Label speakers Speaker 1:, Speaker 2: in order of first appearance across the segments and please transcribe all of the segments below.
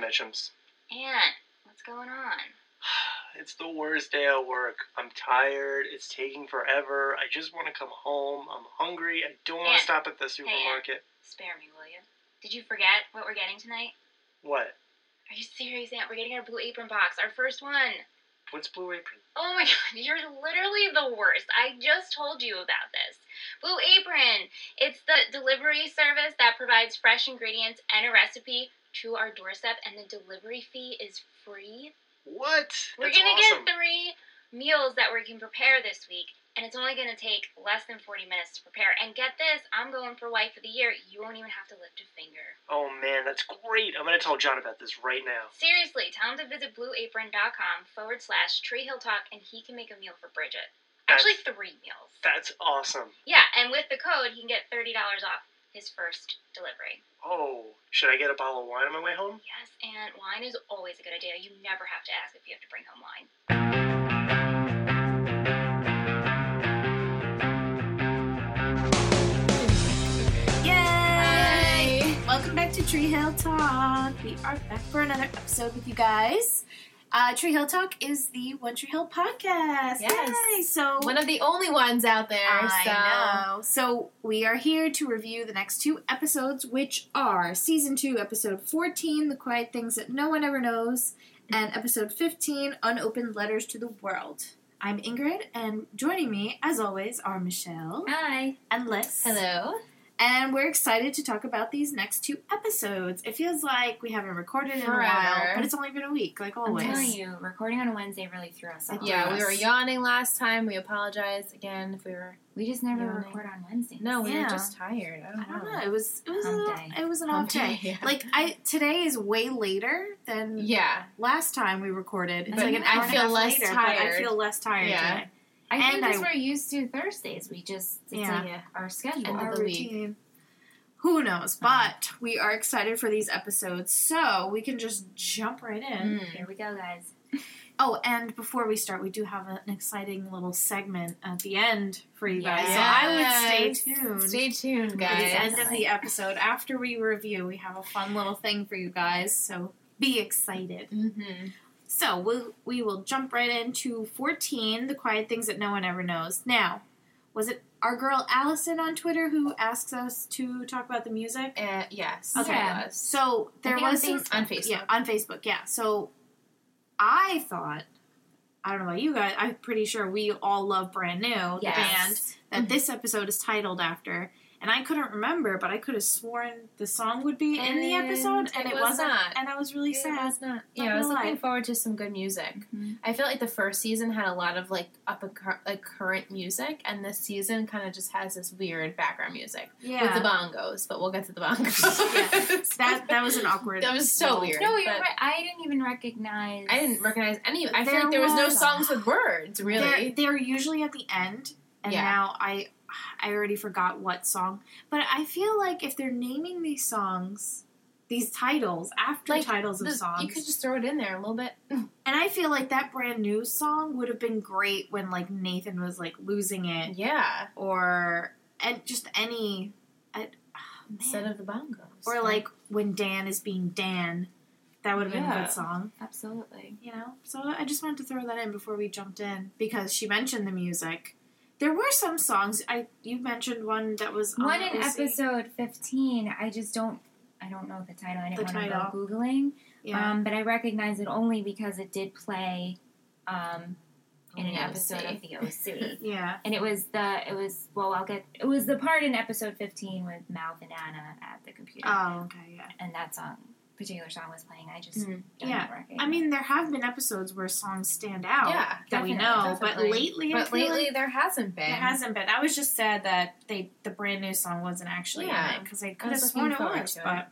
Speaker 1: Mitchums.
Speaker 2: Aunt, what's going on?
Speaker 1: It's the worst day at work. I'm tired. It's taking forever. I just want to come home. I'm hungry. I don't
Speaker 2: Aunt.
Speaker 1: want to stop at the supermarket.
Speaker 2: Spare me, will you? Did you forget what we're getting tonight?
Speaker 1: What?
Speaker 2: Are you serious, Aunt? We're getting our blue apron box, our first one.
Speaker 1: What's Blue Apron?
Speaker 2: Oh my god, you're literally the worst. I just told you about this. Blue Apron. It's the delivery service that provides fresh ingredients and a recipe to our doorstep, and the delivery fee is free.
Speaker 1: What?
Speaker 2: We're
Speaker 1: That's
Speaker 2: gonna
Speaker 1: awesome.
Speaker 2: get three meals that we can prepare this week, and it's only gonna take less than 40 minutes to prepare. And get this, I'm going for wife of the year. You won't even have to lift a finger.
Speaker 1: Oh man, that's great. I'm gonna tell John about this right now.
Speaker 2: Seriously, tell him to visit blueapron.com forward slash Tree Hill Talk, and he can make a meal for Bridget.
Speaker 1: That's-
Speaker 2: Actually, three meals.
Speaker 1: That's awesome.
Speaker 2: Yeah, and with the code, he can get $30 off his first delivery.
Speaker 1: Oh, should I get a bottle of wine on my way home?
Speaker 2: Yes, and wine is always a good idea. You never have to ask if you have to bring home wine.
Speaker 3: Yay! Welcome back to Tree Hill Talk. We are back for another episode with you guys. Uh, Tree Hill Talk is the One Tree Hill podcast.
Speaker 4: Yes.
Speaker 3: Yay! So
Speaker 4: One of the only ones out there. so.
Speaker 3: I know. So we are here to review the next two episodes, which are season two, episode fourteen, "The Quiet Things That No One Ever Knows," and episode fifteen, "Unopened Letters to the World." I'm Ingrid, and joining me, as always, are Michelle
Speaker 4: Hi.
Speaker 3: and Liz.
Speaker 4: Hello.
Speaker 3: And we're excited to talk about these next two episodes. It feels like we haven't recorded in a while,
Speaker 4: Forever.
Speaker 3: but it's only been a week, like
Speaker 4: Oh,
Speaker 2: I'm telling
Speaker 3: always.
Speaker 2: you, recording on a Wednesday really threw us off.
Speaker 4: Yeah, we were
Speaker 3: Yes.
Speaker 4: yawning last time. We apologize again if we were.
Speaker 2: We just never
Speaker 4: Yeah.
Speaker 2: record on Wednesdays.
Speaker 4: No, we
Speaker 3: Yeah.
Speaker 4: were just tired. I
Speaker 3: I
Speaker 4: don't know.
Speaker 3: don't know. It was it was
Speaker 2: Hump
Speaker 3: a,
Speaker 2: day.
Speaker 3: it was an
Speaker 4: Hump
Speaker 3: off day.
Speaker 4: day, yeah.
Speaker 3: Like I today is way later than
Speaker 4: Yeah.
Speaker 3: last time we recorded. It's
Speaker 2: But
Speaker 3: like an
Speaker 2: I
Speaker 3: hour and a
Speaker 4: feel
Speaker 3: half
Speaker 4: less
Speaker 3: later, but I
Speaker 4: tired.
Speaker 3: feel less tired
Speaker 4: Yeah.
Speaker 3: today.
Speaker 2: I
Speaker 3: And
Speaker 2: think because
Speaker 3: I-
Speaker 2: we're used to Thursdays, we just, it's
Speaker 3: Yeah.
Speaker 2: like a, our schedule.
Speaker 4: And
Speaker 3: Our
Speaker 4: the week.
Speaker 3: routine. Who knows? But we are excited for these episodes, so we can just jump right in.
Speaker 4: Mm.
Speaker 2: Here we go, guys.
Speaker 3: Oh, and before we start, we do have an exciting little segment at the end for you guys. So I would
Speaker 4: Yes.
Speaker 3: stay tuned.
Speaker 4: Mm. Stay tuned,
Speaker 3: at the
Speaker 4: guys.
Speaker 3: end of the episode, after we review, we have a fun little thing for you guys. So be excited.
Speaker 4: Mm-hmm.
Speaker 3: So we'll, we will jump right into 14 The Quiet Things That No One Ever Knows. Now, was it our girl Allison on Twitter who asks us to talk about the music?
Speaker 4: Uh, yes.
Speaker 3: Okay.
Speaker 4: it was.
Speaker 3: So there
Speaker 2: think on
Speaker 3: was some,
Speaker 2: Facebook.
Speaker 4: on Facebook.
Speaker 3: yeah on Facebook. Yeah. So I thought I don't know about you guys. I'm pretty sure we all love Brand New the band
Speaker 2: Yes.
Speaker 4: Mm-hmm.
Speaker 3: that this episode is titled after. And I couldn't remember, but I could have sworn the song would be in the
Speaker 4: And
Speaker 3: episode, and
Speaker 4: it
Speaker 3: it,
Speaker 4: was
Speaker 3: wasn't.
Speaker 4: not.
Speaker 3: And I was really
Speaker 4: It
Speaker 3: sad.
Speaker 4: was not. Yeah, I was
Speaker 3: gonna
Speaker 4: looking
Speaker 3: lie.
Speaker 4: forward to some good music. I feel like the first season had a lot of like up and cur- like current music, and this season kind of just has this weird background music with
Speaker 3: Yeah,
Speaker 4: the bongos. But we'll get to the bongos.
Speaker 3: that that was an awkward.
Speaker 4: That was so
Speaker 3: little-
Speaker 4: weird.
Speaker 2: No, you're
Speaker 4: but-
Speaker 2: right. I didn't even recognize.
Speaker 4: I didn't recognize any. I feel
Speaker 3: There
Speaker 4: like there was, no
Speaker 3: was a-
Speaker 4: songs with words, really.
Speaker 3: They're, they're usually at the end, and
Speaker 4: Yeah.
Speaker 3: now I I already forgot what song. But I feel like if they're naming these songs, these titles after
Speaker 4: Like,
Speaker 3: titles of
Speaker 4: The-
Speaker 3: songs,
Speaker 4: You could just throw it in there a little bit.
Speaker 3: and I feel like that brand new song would have been great when like Nathan was like losing it
Speaker 4: Yeah,
Speaker 3: or and just any I, ah, man.
Speaker 4: instead of the bongos.
Speaker 3: or like when Dan is being Dan. That would have been a
Speaker 4: Yeah.
Speaker 3: good song,
Speaker 2: Absolutely.
Speaker 3: you know. So I just wanted to throw that in before we jumped in because she mentioned the music. There were some songs I you mentioned one that was on
Speaker 2: One in
Speaker 3: Lucy.
Speaker 2: episode 15, I just don't. I don't know the title. I didn't
Speaker 3: The
Speaker 2: want to
Speaker 3: title.
Speaker 2: go googling,
Speaker 3: Yeah,
Speaker 2: um, but I recognize it only because it did play um, in an
Speaker 4: Oh,
Speaker 2: episode
Speaker 4: see.
Speaker 2: of the OC,
Speaker 3: yeah,
Speaker 2: and it was the it was well I'll get it was the part in episode fifteen with Mal and Anna at the computer,
Speaker 3: Oh, okay, yeah.
Speaker 2: and that song particular song was playing. I just
Speaker 4: Mhm.
Speaker 2: don't
Speaker 3: Mm-hmm. Yeah.
Speaker 2: recognize.
Speaker 3: I mean, there have been episodes where songs stand out
Speaker 4: Yeah,
Speaker 3: that we
Speaker 2: definitely,
Speaker 3: know,
Speaker 4: definitely.
Speaker 3: but lately, I
Speaker 4: but
Speaker 3: feel
Speaker 4: lately
Speaker 3: like
Speaker 4: there hasn't been.
Speaker 3: there hasn't been. I was just sad that they the brand new song wasn't actually
Speaker 4: Yeah.
Speaker 3: in it because I could have
Speaker 4: was
Speaker 3: sworn
Speaker 4: looking
Speaker 3: it
Speaker 4: forward
Speaker 3: was,
Speaker 4: to it.
Speaker 3: but.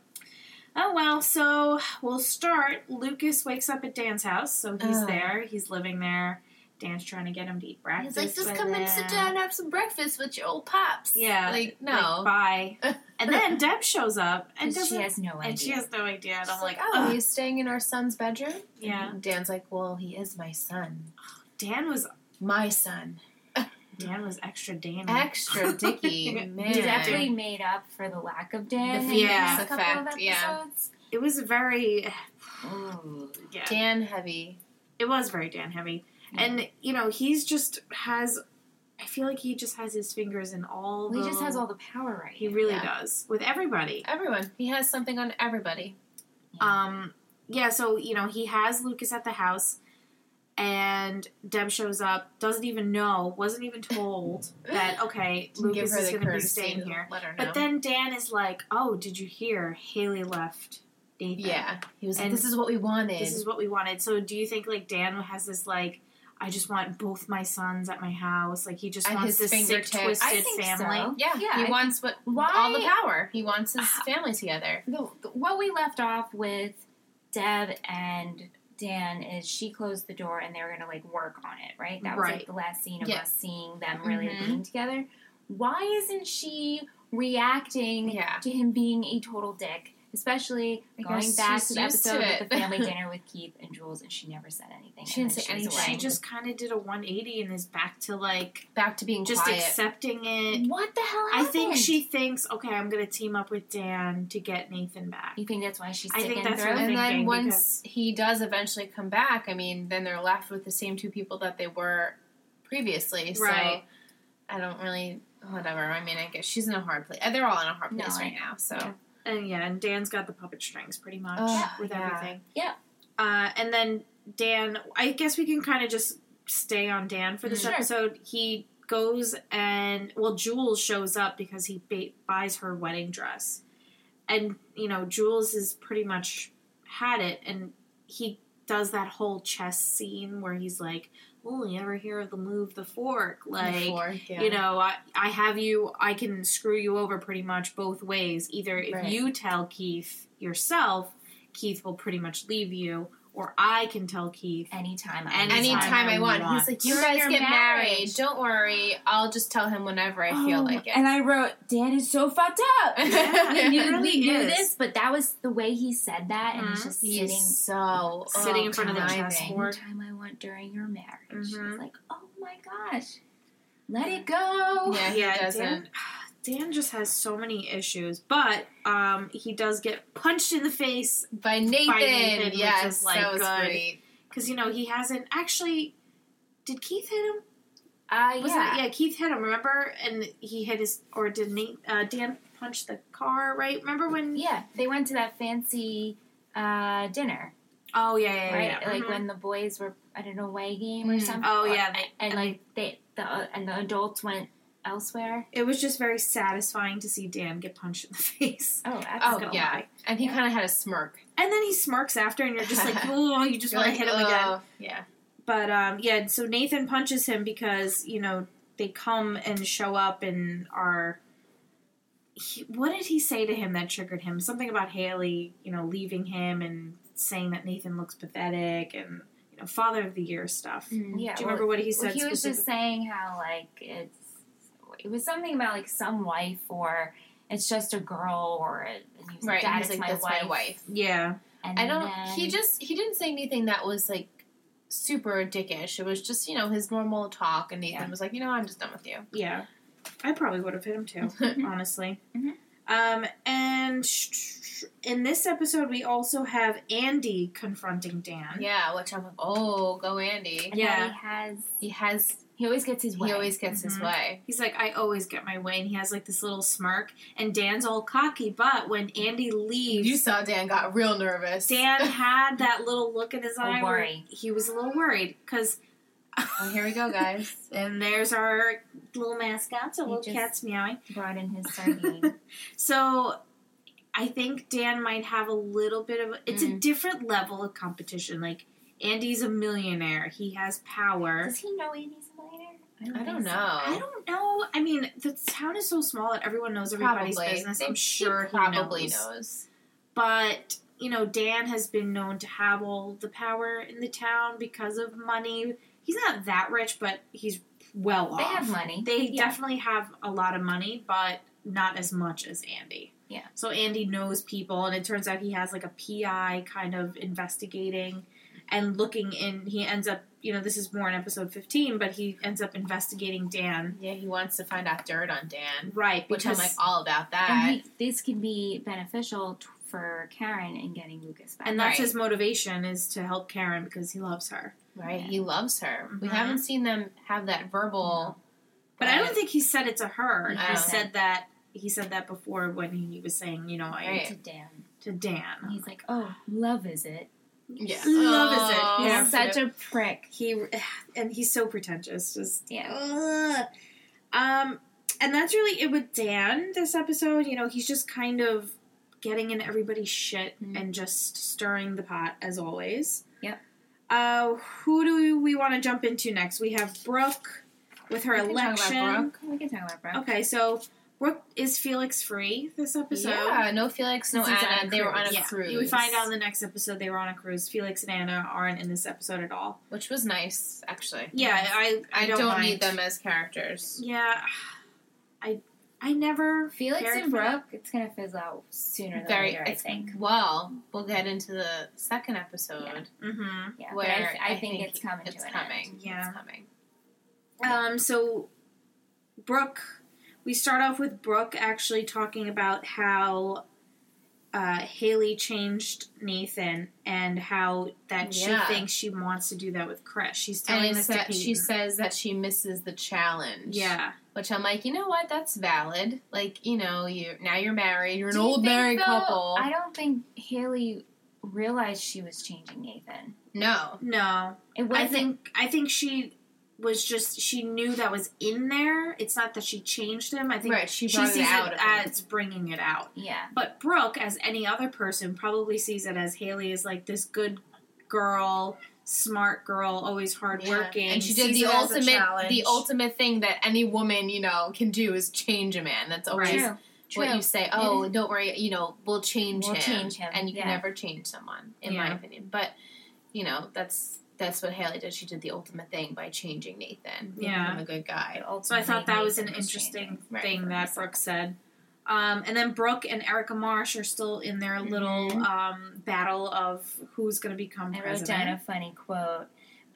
Speaker 3: Oh well, so we'll start. Lucas wakes up at Dan's house, so he's
Speaker 4: Ugh.
Speaker 3: there. He's living there. Dan's trying to get him to eat breakfast. with him."
Speaker 4: have some breakfast with your old pops.
Speaker 3: Yeah,
Speaker 4: like
Speaker 3: Like,
Speaker 4: no.
Speaker 3: bye. and then Deb shows up and
Speaker 2: 'Cause she
Speaker 3: doesn't,
Speaker 2: has no idea.
Speaker 3: and she has no idea. And
Speaker 4: She's
Speaker 3: I'm like,
Speaker 4: like, oh,
Speaker 3: "Ugh."
Speaker 4: he's staying in our son's bedroom.
Speaker 3: yeah.
Speaker 4: And Dan's like, well, he is my son,
Speaker 3: Dan was
Speaker 4: my son.
Speaker 3: Dan was extra Danny.
Speaker 4: Mm. Extra Dicky, man.
Speaker 2: He definitely made up for the lack of Dan. in the
Speaker 3: Yeah.
Speaker 2: next
Speaker 4: The
Speaker 2: couple of
Speaker 4: fact, yeah.
Speaker 2: episodes.
Speaker 3: it was very
Speaker 4: Ooh,
Speaker 3: Yeah.
Speaker 4: Dan heavy.
Speaker 3: It was very Dan heavy. And, you know, he's just has, I feel like he just has his fingers in all
Speaker 4: Well, he
Speaker 3: the-
Speaker 4: just has all the power right.
Speaker 3: He really
Speaker 4: now.
Speaker 3: does with everybody.
Speaker 4: Everyone. He has something on everybody.
Speaker 3: Um, yeah, so you know he has Lucas at the house, and Deb shows up. Doesn't even know. Wasn't even told that okay,
Speaker 4: Didn't
Speaker 3: Lucas
Speaker 4: give her
Speaker 3: is
Speaker 4: the
Speaker 3: going to be
Speaker 4: courtesy
Speaker 3: staying
Speaker 4: to
Speaker 3: here.
Speaker 4: Let her know.
Speaker 3: But then Dan is like, "Oh, did you hear? Haley left." Nathan.
Speaker 4: yeah, he was like,
Speaker 3: And
Speaker 4: "This is what we wanted."
Speaker 3: this is what we wanted. So do you think like Dan has this like? I just want both my sons at my house. Like he just
Speaker 4: At
Speaker 3: wants
Speaker 4: his
Speaker 3: this sick,
Speaker 4: fingertips.
Speaker 3: twisted
Speaker 4: I
Speaker 5: think
Speaker 3: family.
Speaker 5: so.
Speaker 4: yeah,
Speaker 5: Yeah,
Speaker 4: he
Speaker 5: I
Speaker 4: wants what
Speaker 5: Why-
Speaker 4: all the power. He wants his
Speaker 3: Ah.
Speaker 4: family together.
Speaker 5: The, the- what we left off with Deb and Dan is she closed the door and they were going to like work on it, right? That was
Speaker 3: Right.
Speaker 5: like the last scene of
Speaker 4: Yeah.
Speaker 5: us seeing them really
Speaker 4: Mhm.
Speaker 5: being together. Why isn't she reacting
Speaker 4: Yeah.
Speaker 5: to him being a total dick? Especially
Speaker 4: I
Speaker 5: going
Speaker 4: guess
Speaker 5: back
Speaker 4: she's
Speaker 5: to the
Speaker 4: used to
Speaker 5: episode
Speaker 4: it.
Speaker 5: with the family dinner with Keith and Jules, and she never said anything.
Speaker 4: She
Speaker 5: and
Speaker 4: didn't
Speaker 5: then
Speaker 4: say
Speaker 5: was
Speaker 4: anything.
Speaker 3: She
Speaker 5: away.
Speaker 3: just kind of did a 180 and is back to like
Speaker 4: Back to being
Speaker 3: just
Speaker 4: quiet.
Speaker 3: accepting it.
Speaker 5: what the hell?
Speaker 3: I think
Speaker 5: happened?
Speaker 3: she thinks, okay, I'm going to team up with Dan to get Nathan back.
Speaker 5: You think that's why she's
Speaker 3: I think
Speaker 5: sticking
Speaker 3: that's
Speaker 5: through?
Speaker 3: what
Speaker 4: and
Speaker 3: thinking
Speaker 4: then once he does eventually come back, I mean, then they're left with the same two people that they were previously. So
Speaker 3: Right.
Speaker 4: I don't really, whatever. I mean, I guess she's in a hard place. They're all in a hard
Speaker 5: No,
Speaker 4: place
Speaker 5: I
Speaker 4: right now. So
Speaker 5: Yeah.
Speaker 3: And yeah, and Dan's got the puppet strings pretty much
Speaker 4: Ugh,
Speaker 3: with
Speaker 4: Oh, yeah.
Speaker 3: everything.
Speaker 5: Yeah.
Speaker 3: Uh, and then Dan, I guess we can kind of just stay on Dan for this
Speaker 4: Sure.
Speaker 3: episode. He goes and, well, Jules shows up because he ba- buys her wedding dress. And, you know, Jules has pretty much had it. And he does that whole chess scene where he's like, oh, you ever hear of the move, the fork? Like,
Speaker 4: before, yeah.
Speaker 3: you know I, I have you i can screw you over pretty much both ways either if
Speaker 4: Right.
Speaker 3: you tell keith yourself keith will pretty much leave you or i can tell keith
Speaker 5: Anytime, I
Speaker 3: Anytime
Speaker 4: anytime I
Speaker 3: I
Speaker 4: want.
Speaker 3: want.
Speaker 4: He's like, you
Speaker 5: You're
Speaker 4: guys
Speaker 5: your
Speaker 4: get married.
Speaker 5: marriage.
Speaker 4: Don't worry. I'll just tell him whenever I feel
Speaker 5: Oh,
Speaker 4: like it.
Speaker 5: And I wrote, Dan is so fucked up.
Speaker 4: Yeah,
Speaker 5: we knew,
Speaker 3: it really
Speaker 5: we knew
Speaker 3: is.
Speaker 5: this, but that was the way he said that, and
Speaker 3: Mhm.
Speaker 5: he's just
Speaker 4: He's
Speaker 5: sitting.
Speaker 4: so
Speaker 3: Sitting in front of the
Speaker 4: conniving.
Speaker 3: chessboard. bored.
Speaker 5: Anytime I want during your marriage,
Speaker 3: Mhm.
Speaker 5: she's like, "Oh my gosh, let it go."
Speaker 4: Yeah, he doesn't.
Speaker 3: dan, dan just has so many issues but um, he does get punched in the face
Speaker 4: By Nathan,
Speaker 3: Nathan, which
Speaker 4: yes,
Speaker 3: is, like,
Speaker 4: that was
Speaker 3: good.
Speaker 4: great.
Speaker 3: because you know he hasn't actually did keith hit him
Speaker 5: Uh,
Speaker 3: Was
Speaker 5: yeah.
Speaker 3: it, yeah keith hit him remember and he hit his or did Nate, uh, dan punch the car right remember when
Speaker 5: Yeah, They went to that fancy uh, dinner,
Speaker 3: oh yeah yeah yeah,
Speaker 5: right?
Speaker 3: yeah.
Speaker 5: Like
Speaker 3: Mhm.
Speaker 5: when the boys were at an away game or
Speaker 4: Mm.
Speaker 5: something.
Speaker 3: oh
Speaker 5: or-
Speaker 3: yeah
Speaker 5: and
Speaker 3: and
Speaker 5: like they the and the adults went elsewhere.
Speaker 3: It was just very satisfying to see Dan get punched in the face.
Speaker 5: Oh, that's
Speaker 4: Oh,
Speaker 5: good.
Speaker 4: yeah. And he
Speaker 5: Yeah.
Speaker 4: kind of had a smirk.
Speaker 3: And then he smirks after, and you're just like, oh, you just
Speaker 4: You're
Speaker 3: want to
Speaker 4: like,
Speaker 3: hit him again.
Speaker 4: "Oh, Yeah.
Speaker 3: But um, yeah, so Nathan punches him because you know they come and show up and are. He, what did he say to him that triggered him? Something about Haley, you know, leaving him and saying that Nathan looks pathetic and you know, father of the year stuff.
Speaker 5: Mm, Yeah,
Speaker 3: mm-hmm. Do you
Speaker 5: well,
Speaker 3: remember what he said?
Speaker 5: Well, he was just
Speaker 3: specifically?
Speaker 5: saying how like it's it was something about like some wife or it's just a girl or and he was
Speaker 4: Right.
Speaker 5: like, Dad,
Speaker 4: He's like,
Speaker 5: it's my,
Speaker 4: that's
Speaker 5: wife.
Speaker 4: my wife.
Speaker 3: yeah,
Speaker 5: And
Speaker 4: I don't.
Speaker 5: Then,
Speaker 4: He just. He didn't say anything that was like super dickish. It was just you know his normal talk, and Nathan
Speaker 5: Yeah.
Speaker 4: was like, you know, I'm just done with you.
Speaker 3: Yeah, I probably would have hit him too, honestly.
Speaker 5: Mhm.
Speaker 3: Um, and sh- sh- in this episode, we also have Andy confronting Dan.
Speaker 4: Yeah, which I'm like, oh, go Andy.
Speaker 5: and how
Speaker 3: yeah.
Speaker 5: he has
Speaker 4: He has.
Speaker 5: he always gets his way.
Speaker 4: He always gets his Mm-hmm.
Speaker 3: Mhm.
Speaker 4: way.
Speaker 3: He's like, I always get my way, and he has like this little smirk. And Dan's all cocky, but when Andy leaves,
Speaker 4: You saw Dan got real nervous.
Speaker 3: Dan had that little look in his
Speaker 5: A
Speaker 3: eye where
Speaker 5: worry.
Speaker 3: he was a little worried because.
Speaker 4: Oh, here we go, guys.
Speaker 3: And there's our little mascots, our
Speaker 5: He
Speaker 3: little
Speaker 5: just-
Speaker 3: cats meowing.
Speaker 5: brought in his sardine.
Speaker 3: So I think Dan might have a little bit of it's a
Speaker 4: Mm.
Speaker 3: different level of competition. Like Andy's a millionaire. He has power.
Speaker 5: Does he know Andy's a minor?
Speaker 4: I don't
Speaker 5: think so.
Speaker 4: know.
Speaker 3: I don't know. I mean, the town is so small that everyone knows everybody's
Speaker 4: probably.
Speaker 3: business.
Speaker 4: They-
Speaker 3: I'm sure
Speaker 4: he probably
Speaker 3: knows.
Speaker 4: knows.
Speaker 3: But you know, Dan has been known to have all the power in the town because of money. He's not that rich, but he's well off.
Speaker 5: They have money.
Speaker 3: They
Speaker 5: Yeah.
Speaker 3: definitely have a lot of money, but not as much as Andy.
Speaker 5: Yeah.
Speaker 3: So Andy knows people, and it turns out he has like a PI kind of investigating and looking in. He ends up, you know, this is more in episode 15, but he ends up investigating Dan.
Speaker 4: Yeah, he wants to find out dirt on Dan,
Speaker 3: Right.
Speaker 4: which I'm "Oh,
Speaker 3: Because,
Speaker 4: like all about that.
Speaker 5: And he, this can be beneficial t- for Karen in getting Lucas back.
Speaker 3: And that's
Speaker 4: Right.
Speaker 3: his motivation is to help Karen because he loves her.
Speaker 4: Right,
Speaker 5: Yeah.
Speaker 4: he loves her. We
Speaker 3: Mhm.
Speaker 4: haven't seen them have that verbal.
Speaker 3: But I don't think he said it to her.
Speaker 4: Oh.
Speaker 3: He said that he said that before when he was saying, you know, I
Speaker 4: Right.
Speaker 5: to Dan.
Speaker 3: to Dan.
Speaker 5: He's like, oh, love is it?
Speaker 4: Yeah.
Speaker 3: Love is it.
Speaker 4: Oh.
Speaker 5: He's
Speaker 3: Yeah.
Speaker 5: such a prick.
Speaker 3: He and he's so pretentious. Just
Speaker 5: Yeah.
Speaker 3: Ugh. Um, and that's really it with Dan this episode. You know, he's just kind of getting in everybody's shit
Speaker 5: Mhm.
Speaker 3: and just stirring the pot as always.
Speaker 5: Yep.
Speaker 3: Uh, who do we want to jump into next? We have Brooke with her
Speaker 5: We can talk about
Speaker 3: election.
Speaker 5: Brooke. We can talk about Brooke.
Speaker 3: Okay, so Brooke is Felix free this episode.
Speaker 4: yeah, no Felix, no
Speaker 5: Since it's on
Speaker 4: Anna.
Speaker 5: a
Speaker 4: They were on a
Speaker 5: cruise.
Speaker 3: Yeah,
Speaker 4: cruise.
Speaker 3: we find out in the next episode they were on a cruise. Felix and Anna aren't in this episode at all.
Speaker 4: which was nice, actually.
Speaker 3: Yeah, I
Speaker 4: I, don't,
Speaker 3: mind.
Speaker 4: need them as characters.
Speaker 3: Yeah, I I never
Speaker 5: Felix
Speaker 3: cared
Speaker 5: and
Speaker 3: for them.
Speaker 5: Brooke, it's gonna fizzle out sooner than
Speaker 4: Very,
Speaker 5: later, I
Speaker 4: it's-
Speaker 5: think.
Speaker 4: Well, we'll get into the second episode.
Speaker 3: Mm-hmm.
Speaker 5: Yeah,
Speaker 4: Where
Speaker 5: but I, I
Speaker 4: I
Speaker 5: think,
Speaker 4: think
Speaker 5: it's coming
Speaker 4: It's
Speaker 5: to an
Speaker 4: coming.
Speaker 5: end.
Speaker 3: Yeah.
Speaker 4: It's coming.
Speaker 3: Um. So, Brooke, we start off with Brooke actually talking about how uh, Haley changed Nathan and how that
Speaker 4: Yeah.
Speaker 3: she thinks she wants to do that with Chris. She's
Speaker 4: And
Speaker 3: telling
Speaker 4: it
Speaker 3: this
Speaker 4: sa-
Speaker 3: to Peyton.
Speaker 4: she says that she misses the challenge.
Speaker 3: yeah.
Speaker 4: Which I'm like, you know what? That's valid. Like, you know, you now you're married. You're an
Speaker 5: Do you
Speaker 4: old
Speaker 5: think,
Speaker 4: married
Speaker 5: though-
Speaker 4: couple.
Speaker 5: I don't think Haley realized she was changing Nathan.
Speaker 4: no.
Speaker 3: No,
Speaker 5: It wasn't.
Speaker 3: I think I think she was just she knew that was in there. It's not that she changed him. I think
Speaker 4: Right. She
Speaker 3: she,
Speaker 4: brought
Speaker 3: sees
Speaker 4: it out
Speaker 3: it
Speaker 4: of him.
Speaker 3: as bringing it out.
Speaker 5: yeah,
Speaker 3: But Brooke, as any other person, probably sees it as Haley is like this good girl, smart girl, always hardworking.
Speaker 4: And she did
Speaker 3: sees
Speaker 4: the
Speaker 3: it as a
Speaker 4: ultimate
Speaker 3: challenge.
Speaker 4: the ultimate thing that any woman, you know, can do is change a man. That's always
Speaker 3: Right.
Speaker 5: true. True.
Speaker 4: what you say, oh, don't worry, you know, we'll change
Speaker 5: We'll
Speaker 4: him.
Speaker 5: change him,
Speaker 4: And you can
Speaker 5: yeah.
Speaker 4: never change someone, in my
Speaker 3: Yeah.
Speaker 4: opinion. But, you know, that's that's what Haley did. She did the ultimate thing by changing Nathan.
Speaker 3: Yeah.
Speaker 4: I'm a good guy.
Speaker 3: So I thought that was an
Speaker 5: Nathan
Speaker 3: interesting
Speaker 5: changing.
Speaker 4: Right.
Speaker 3: thing that Brooke said. Um, and then Brooke and Erica Marsh are still in their
Speaker 4: Mm-hmm.
Speaker 3: little
Speaker 5: Mhm.
Speaker 3: um, battle of who's going to become
Speaker 5: I wrote
Speaker 3: president.
Speaker 5: down a funny quote.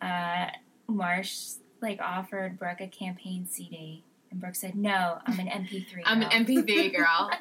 Speaker 5: Uh, Marsh like offered Brooke a campaign CD, and Brooke said, "No, I'm an MP3."
Speaker 4: I'm an
Speaker 5: girl."
Speaker 4: MPV girl.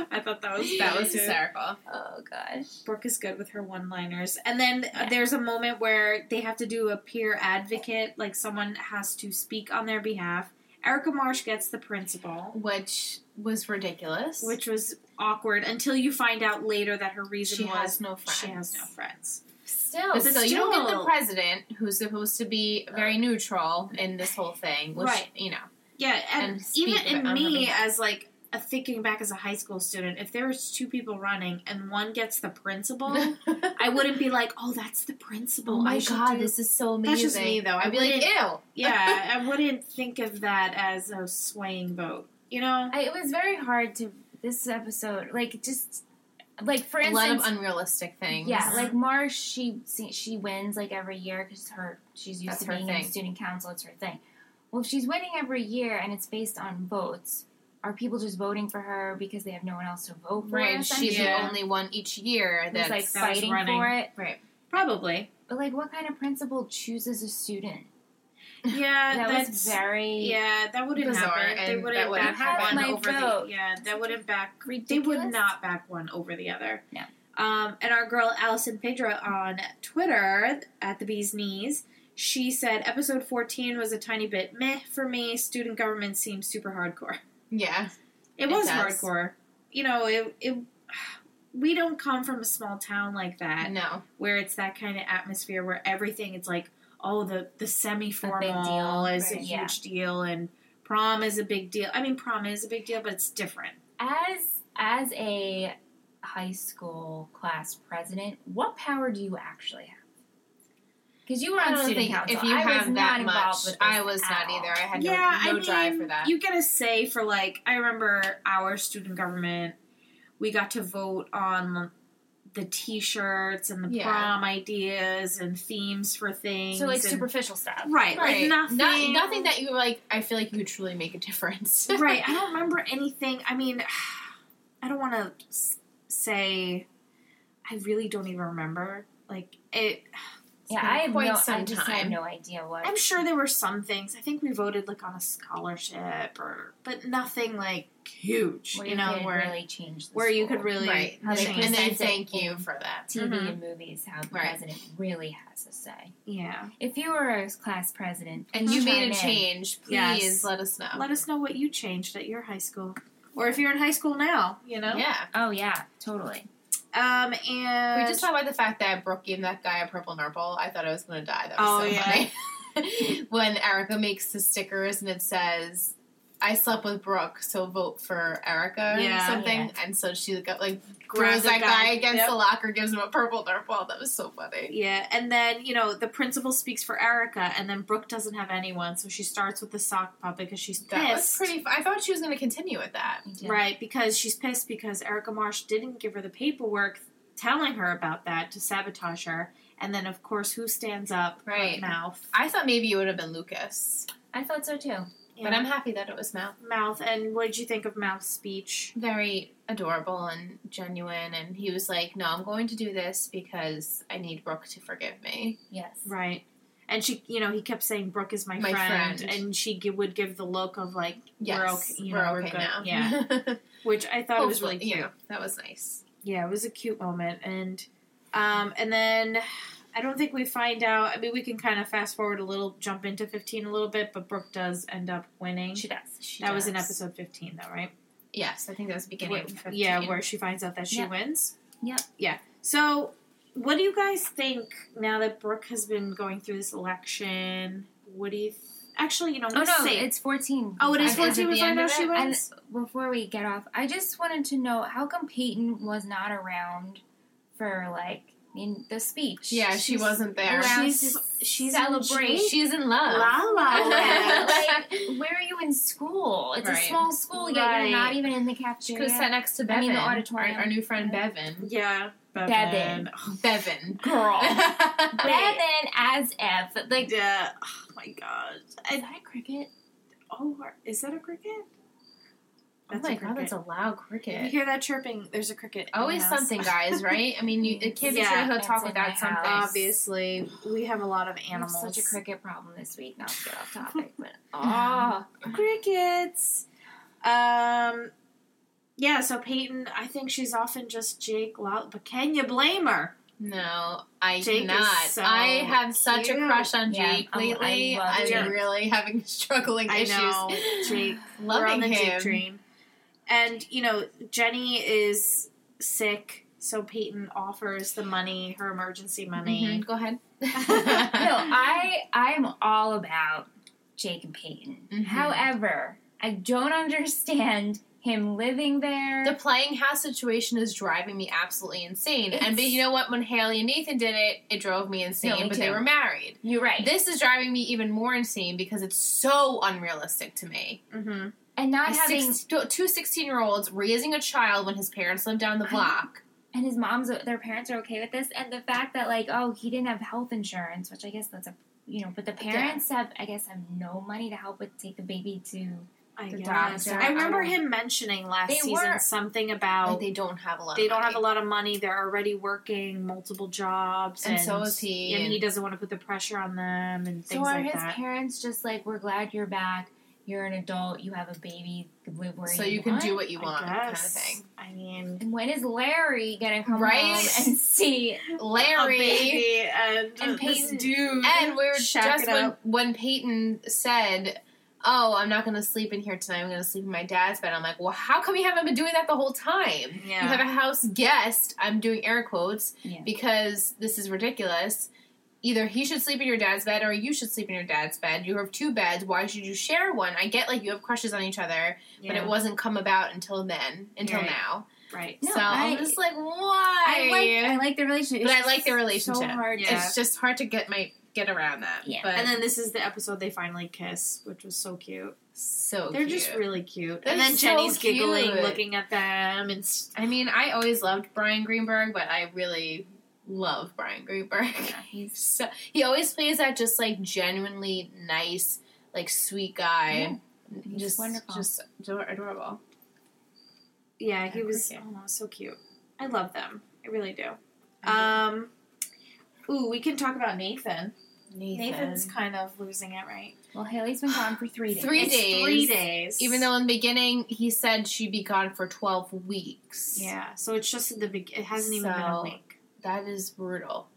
Speaker 3: I thought that was
Speaker 4: that was
Speaker 3: funny, too.
Speaker 4: hysterical.
Speaker 5: Oh gosh.
Speaker 3: Brooke is good with her one liners. And then uh, there's a moment where they have to do a peer advocate, like someone has to speak on their behalf. Erica Marsh gets the principal,
Speaker 4: Which was ridiculous.
Speaker 3: which was awkward until you find out later that her reason
Speaker 4: she
Speaker 3: was
Speaker 4: has no friends.
Speaker 3: she has no friends.
Speaker 4: Still,
Speaker 3: But
Speaker 4: so you don't get the
Speaker 3: still- Uh,
Speaker 4: president, who's supposed to be very neutral in this whole thing, which
Speaker 3: Right.
Speaker 4: you know,
Speaker 3: Yeah, and,
Speaker 4: And speak
Speaker 3: even
Speaker 4: of it
Speaker 3: in
Speaker 4: on her
Speaker 3: me
Speaker 4: behalf.
Speaker 3: as like a thinking back as a high school student, if there was two people running and one gets the principal, I wouldn't be like, "Oh, that's the principal."
Speaker 4: Oh my
Speaker 3: I should
Speaker 4: god,
Speaker 3: do
Speaker 4: this is so amazing.
Speaker 3: That's just me, though. I
Speaker 4: I'd be like,
Speaker 3: wouldn't-
Speaker 4: ew.
Speaker 3: Yeah, I wouldn't think of that as a swaying vote. You know?
Speaker 5: I, it was very hard to this episode, like just like for
Speaker 4: a lot of
Speaker 5: instance,
Speaker 4: unrealistic things.
Speaker 5: yeah, like Marsh, she she wins like every year because her she's used
Speaker 4: That's
Speaker 5: to
Speaker 4: her
Speaker 5: being
Speaker 4: thing.
Speaker 5: in student council. It's her thing. Well, if she's winning every year and it's based on votes, are people just voting for her because they have no one else to vote for?
Speaker 4: right. She's
Speaker 5: essentially?
Speaker 3: Yeah.
Speaker 4: the only one each year
Speaker 5: Who's
Speaker 4: that's
Speaker 5: like
Speaker 3: that was
Speaker 5: fighting
Speaker 3: running.
Speaker 5: for it.
Speaker 4: right.
Speaker 3: Probably.
Speaker 5: But like, what kind of principal chooses a student?
Speaker 3: Yeah,
Speaker 5: that
Speaker 3: that's
Speaker 5: was very
Speaker 3: yeah, that wouldn't
Speaker 4: bizarre,
Speaker 3: happen. They
Speaker 4: and
Speaker 3: wouldn't
Speaker 4: that wouldn't
Speaker 3: back
Speaker 4: happen.
Speaker 3: one
Speaker 5: My
Speaker 3: over
Speaker 5: vote.
Speaker 3: the yeah. That wouldn't back.
Speaker 5: ridiculous.
Speaker 3: They would not back one over the other.
Speaker 5: No.
Speaker 3: Um, and our girl Allison Pedro on Twitter at the bee's knees. She said episode 14 was a tiny bit meh for me. Student government seems super hardcore.
Speaker 4: Yeah.
Speaker 3: It
Speaker 4: It
Speaker 3: was
Speaker 4: does.
Speaker 3: hardcore. You know, it, it we don't come from a small town like that.
Speaker 4: No.
Speaker 3: where it's that kind of atmosphere where everything it's like oh the the semi
Speaker 5: deal,
Speaker 3: formal is a
Speaker 5: right,
Speaker 3: huge
Speaker 5: yeah.
Speaker 3: deal and prom is a big deal i mean prom is a big deal but it's different
Speaker 5: As as a high school class president, what power do you actually have? Because you were
Speaker 4: I
Speaker 5: on
Speaker 4: don't
Speaker 5: student
Speaker 4: think
Speaker 5: council,
Speaker 4: if you
Speaker 5: I
Speaker 4: have
Speaker 5: was
Speaker 4: that
Speaker 5: not
Speaker 4: much,
Speaker 5: involved with this
Speaker 4: I was
Speaker 5: at
Speaker 4: not
Speaker 5: all.
Speaker 4: either. I had no,
Speaker 3: yeah
Speaker 4: no
Speaker 3: i mean
Speaker 4: drive for that.
Speaker 3: you get a say for like i remember our student government we got to vote on the t-shirts and the
Speaker 4: Yeah.
Speaker 3: prom ideas and themes for things
Speaker 5: So like
Speaker 3: and-
Speaker 5: superficial stuff.
Speaker 3: right,
Speaker 4: right.
Speaker 3: like nothing
Speaker 4: Not, nothing that you like. I feel like you would truly make a difference.
Speaker 3: right. I don't remember anything. I mean, I don't want to say. I really don't even remember. Like it.
Speaker 5: Yeah,
Speaker 4: been
Speaker 5: I have
Speaker 4: quite
Speaker 5: no,
Speaker 4: some
Speaker 5: I just have
Speaker 4: time.
Speaker 5: no idea what.
Speaker 3: I'm sure there were some things. I think we voted like on a scholarship or, but nothing like huge,
Speaker 5: Where
Speaker 3: you know,
Speaker 5: could
Speaker 3: where
Speaker 5: really change the
Speaker 3: where you
Speaker 5: school.
Speaker 3: could really
Speaker 4: right.
Speaker 5: How they
Speaker 4: and they
Speaker 5: present it
Speaker 4: thank you
Speaker 5: in-
Speaker 4: for that.
Speaker 5: TV
Speaker 3: Mhm.
Speaker 5: and movies how the
Speaker 4: mm-hmm. Right.
Speaker 5: president really has a say.
Speaker 3: yeah.
Speaker 5: If you were a class president
Speaker 4: And you
Speaker 5: chime
Speaker 4: made a
Speaker 5: in.
Speaker 4: change. Please
Speaker 3: Yes.
Speaker 4: let us know.
Speaker 3: Let us know what you changed at your high school, or if you're in high school now, you know.
Speaker 4: Yeah.
Speaker 5: Oh yeah, totally.
Speaker 3: Um, and
Speaker 4: We just talked about the fact that Brooke gave that guy a purple nurple. I thought I was going to die. That was
Speaker 3: Oh,
Speaker 4: so
Speaker 3: yeah.
Speaker 4: funny. when Erica makes the stickers and it says, "I slept with Brooke, so vote for Erica"
Speaker 3: Yeah.
Speaker 4: or something, and so she got like
Speaker 3: Grab
Speaker 4: throws
Speaker 3: the
Speaker 4: that guy,
Speaker 3: guy.
Speaker 4: against
Speaker 3: Yep.
Speaker 4: the locker, gives him a purple nurple. That was so funny.
Speaker 3: Yeah, and then you know the principal speaks for Erica, and then Brooke doesn't have anyone, so she starts with the sock puppet because she's pissed.
Speaker 4: That was pretty. fu- I thought she was going to continue with that.
Speaker 5: You did.
Speaker 3: Right, because she's pissed because Erica Marsh didn't give her the paperwork telling her about that to sabotage her. And then, of course, who stands up?
Speaker 4: Right.
Speaker 3: Mouth.
Speaker 4: I thought maybe it would have been Lucas,
Speaker 5: I thought so too.
Speaker 3: Yeah.
Speaker 4: but I'm happy that it was Mel.
Speaker 3: Mouth. And what did you think of Mouth's speech?
Speaker 4: Very adorable and genuine, and he was like, "No, I'm going to do this because I need Brooke to forgive me."
Speaker 5: Yes.
Speaker 3: Right. And she, you know, he kept saying Brooke is my,
Speaker 4: My
Speaker 3: friend,
Speaker 4: friend.
Speaker 3: and she gi- would give the look of like, We're okay- you know, we're good.
Speaker 4: now.
Speaker 3: Yeah. which I thought was really
Speaker 4: Hopefully,
Speaker 3: cute.
Speaker 4: yeah, that was nice.
Speaker 3: yeah, it was a cute moment, and um, and then I don't think we find out. I mean, we can kind of fast forward a little, jump into fifteen a little bit, but Brooke does end up winning.
Speaker 5: She does. She
Speaker 3: that was in
Speaker 5: does.
Speaker 3: episode fifteen, though, right?
Speaker 4: Yes, I think that was the beginning.
Speaker 3: Where-
Speaker 4: of 15.
Speaker 3: yeah, where she finds out that she
Speaker 5: Yeah.
Speaker 3: wins.
Speaker 5: Yeah.
Speaker 3: Yeah. So, what do you guys think now that Brooke has been going through this election? What do you th- actually? You know,
Speaker 5: Oh
Speaker 3: let's
Speaker 5: no,
Speaker 3: say-
Speaker 5: it's fourteen.
Speaker 3: oh, it is
Speaker 4: Is it the
Speaker 3: fourteen. We
Speaker 4: end
Speaker 3: find out
Speaker 4: of
Speaker 3: she
Speaker 4: it?
Speaker 5: And
Speaker 3: wins.
Speaker 5: before we get off, I just wanted to know how come Peyton was not around for like in the speech.
Speaker 4: Yeah, she
Speaker 5: She's
Speaker 4: wasn't there.
Speaker 5: Around
Speaker 3: She's-
Speaker 5: to
Speaker 3: she's
Speaker 5: celebrate.
Speaker 3: in-
Speaker 4: She's in
Speaker 5: uh,
Speaker 4: love.
Speaker 3: La la
Speaker 5: Yeah,
Speaker 3: land.
Speaker 5: like, where are you in school? It's
Speaker 4: Right.
Speaker 5: a small school, yet
Speaker 3: Right.
Speaker 5: you're not even in the
Speaker 4: She could
Speaker 5: cafeteria.
Speaker 4: have sat next to Bevan,
Speaker 5: I mean, the
Speaker 4: our-
Speaker 5: auditorium.
Speaker 4: Our, new friend Bevan.
Speaker 3: Yeah,
Speaker 5: Bevan.
Speaker 4: Bevan,
Speaker 5: Girl.
Speaker 4: Wait.
Speaker 5: Bevan as F. Like, is
Speaker 3: Yeah. Oh my god. I,
Speaker 5: that a cricket?
Speaker 3: oh, is that a cricket?
Speaker 4: Oh my god, that's a loud cricket.
Speaker 3: If you hear that chirping, there's a cricket. in
Speaker 4: Always
Speaker 3: the house.
Speaker 4: something, guys. Right? I mean, you, it can't
Speaker 3: Yeah,
Speaker 4: be sure he'll
Speaker 5: it's
Speaker 4: talk
Speaker 5: in
Speaker 4: without
Speaker 5: my
Speaker 4: something.
Speaker 5: house.
Speaker 3: Obviously, we have a lot of
Speaker 5: I have
Speaker 3: animals.
Speaker 5: such a cricket problem this week. Not to get off topic, but oh,
Speaker 3: crickets. Um, yeah. So Peyton, I think she's often just Jake. Loud, but can you blame her?
Speaker 4: No, I
Speaker 3: Jake is
Speaker 4: cannot.
Speaker 3: so
Speaker 4: I have such a
Speaker 3: cute.
Speaker 4: crush on
Speaker 5: Yeah,
Speaker 4: Jake
Speaker 5: oh, I
Speaker 4: lately.
Speaker 5: love
Speaker 4: I'm
Speaker 3: Jake.
Speaker 4: really having struggling
Speaker 3: I
Speaker 4: issues.
Speaker 3: know Jake.
Speaker 4: Loving
Speaker 3: We're on the
Speaker 4: him.
Speaker 3: Jake dream. And you know, Jenny is sick, so Peyton offers the money, her emergency money.
Speaker 4: Mhm, Go ahead.
Speaker 5: no, I I'm all about Jake and Peyton.
Speaker 4: Mhm.
Speaker 5: However, I don't understand him living there.
Speaker 4: the playing house situation is driving me absolutely insane. and but you know what? When Haley and Nathan did it, it drove me insane.
Speaker 5: me
Speaker 4: but they
Speaker 5: too.
Speaker 4: were married.
Speaker 5: You're right,
Speaker 4: This is driving me even more insane because it's so unrealistic to me.
Speaker 3: Mm-hmm.
Speaker 5: and not
Speaker 4: A
Speaker 5: having
Speaker 4: six- two 16 year olds raising a child when his parents live down the
Speaker 5: I-
Speaker 4: block.
Speaker 5: and his mom's uh, their parents are okay with this, and the fact that like oh he didn't have health insurance, which I guess that's a you know, but the parents have I guess have no money to help with take the baby to
Speaker 3: I
Speaker 5: The
Speaker 3: guess.
Speaker 5: doctor.
Speaker 3: I remember him mentioning last
Speaker 5: They
Speaker 3: season
Speaker 5: were-
Speaker 3: something
Speaker 4: Like
Speaker 3: about
Speaker 4: they don't have a lot.
Speaker 3: they
Speaker 4: of
Speaker 3: don't
Speaker 4: money.
Speaker 3: have a lot of money. They're already working multiple jobs,
Speaker 4: And so is he,
Speaker 3: And,
Speaker 4: and-
Speaker 3: he doesn't want to put the pressure on them and
Speaker 5: So
Speaker 3: things
Speaker 5: are
Speaker 3: like
Speaker 5: his
Speaker 3: that.
Speaker 5: parents just like, we're glad you're back. You're an adult. You have a baby. Live where
Speaker 4: so
Speaker 5: you,
Speaker 4: you can
Speaker 5: want."
Speaker 4: do what you
Speaker 3: I
Speaker 4: want, kind of
Speaker 3: guess.
Speaker 4: thing.
Speaker 3: I mean,
Speaker 5: And when is Larry gonna come
Speaker 4: Right?
Speaker 5: home and see?
Speaker 3: a
Speaker 4: Larry
Speaker 3: baby and,
Speaker 5: And
Speaker 3: this
Speaker 5: Peyton.
Speaker 3: dude,
Speaker 4: and we were
Speaker 3: Shack
Speaker 4: just
Speaker 3: it
Speaker 4: when,
Speaker 3: up.
Speaker 4: when Peyton said, "Oh, I'm not going to sleep in here tonight. I'm going to sleep in my dad's bed." I'm like, "Well, how come you haven't been doing that the whole time?
Speaker 3: Yeah.
Speaker 4: You have a house guest. I'm doing air quotes
Speaker 5: Yeah.
Speaker 4: because this is ridiculous." Either he should sleep in your dad's bed or you should sleep in your dad's bed. You have two beds. Why should you share one? I get like you have crushes on each other, but
Speaker 3: Yeah,
Speaker 4: it wasn't come about until then, until
Speaker 3: Right.
Speaker 4: now.
Speaker 3: right.
Speaker 5: No,
Speaker 4: so I, am
Speaker 5: I-
Speaker 4: just like, why?
Speaker 5: I like I like the relationship,
Speaker 4: But
Speaker 5: It's
Speaker 4: I like the
Speaker 5: just
Speaker 4: relationship.
Speaker 5: So hard.
Speaker 3: Yeah.
Speaker 4: It's just hard to get my get around that.
Speaker 5: Yeah.
Speaker 4: But
Speaker 3: And then this is the episode they finally kiss, which was so cute.
Speaker 4: so
Speaker 3: They're
Speaker 4: cute.
Speaker 3: just really cute.
Speaker 4: They're
Speaker 3: and then
Speaker 4: so
Speaker 3: Jenny's giggling,
Speaker 4: cute.
Speaker 3: looking at them, and s-
Speaker 4: I mean, I always loved Brian Greenberg, but I really love Brian Greenberg.
Speaker 5: Yeah, he's-
Speaker 4: so he always plays that just like genuinely nice, like sweet guy.
Speaker 5: he's
Speaker 4: just
Speaker 5: wonderful.
Speaker 4: just ador- adorable.
Speaker 3: yeah, he
Speaker 4: Yeah,
Speaker 3: was
Speaker 4: okay.
Speaker 3: oh, so cute. I love them. I really do.
Speaker 4: I
Speaker 3: Um, ooh, we can talk about Nathan.
Speaker 4: Nathan.
Speaker 3: Nathan's kind of losing it, right?
Speaker 5: Well, Haley's been gone for three days.
Speaker 4: Three
Speaker 3: It's Three
Speaker 4: days.
Speaker 3: days.
Speaker 4: Even though in the beginning he said she'd be gone for 12 weeks.
Speaker 3: Yeah, so it's just at the big. It hasn't even been
Speaker 4: So-
Speaker 3: a week,
Speaker 4: That is brutal.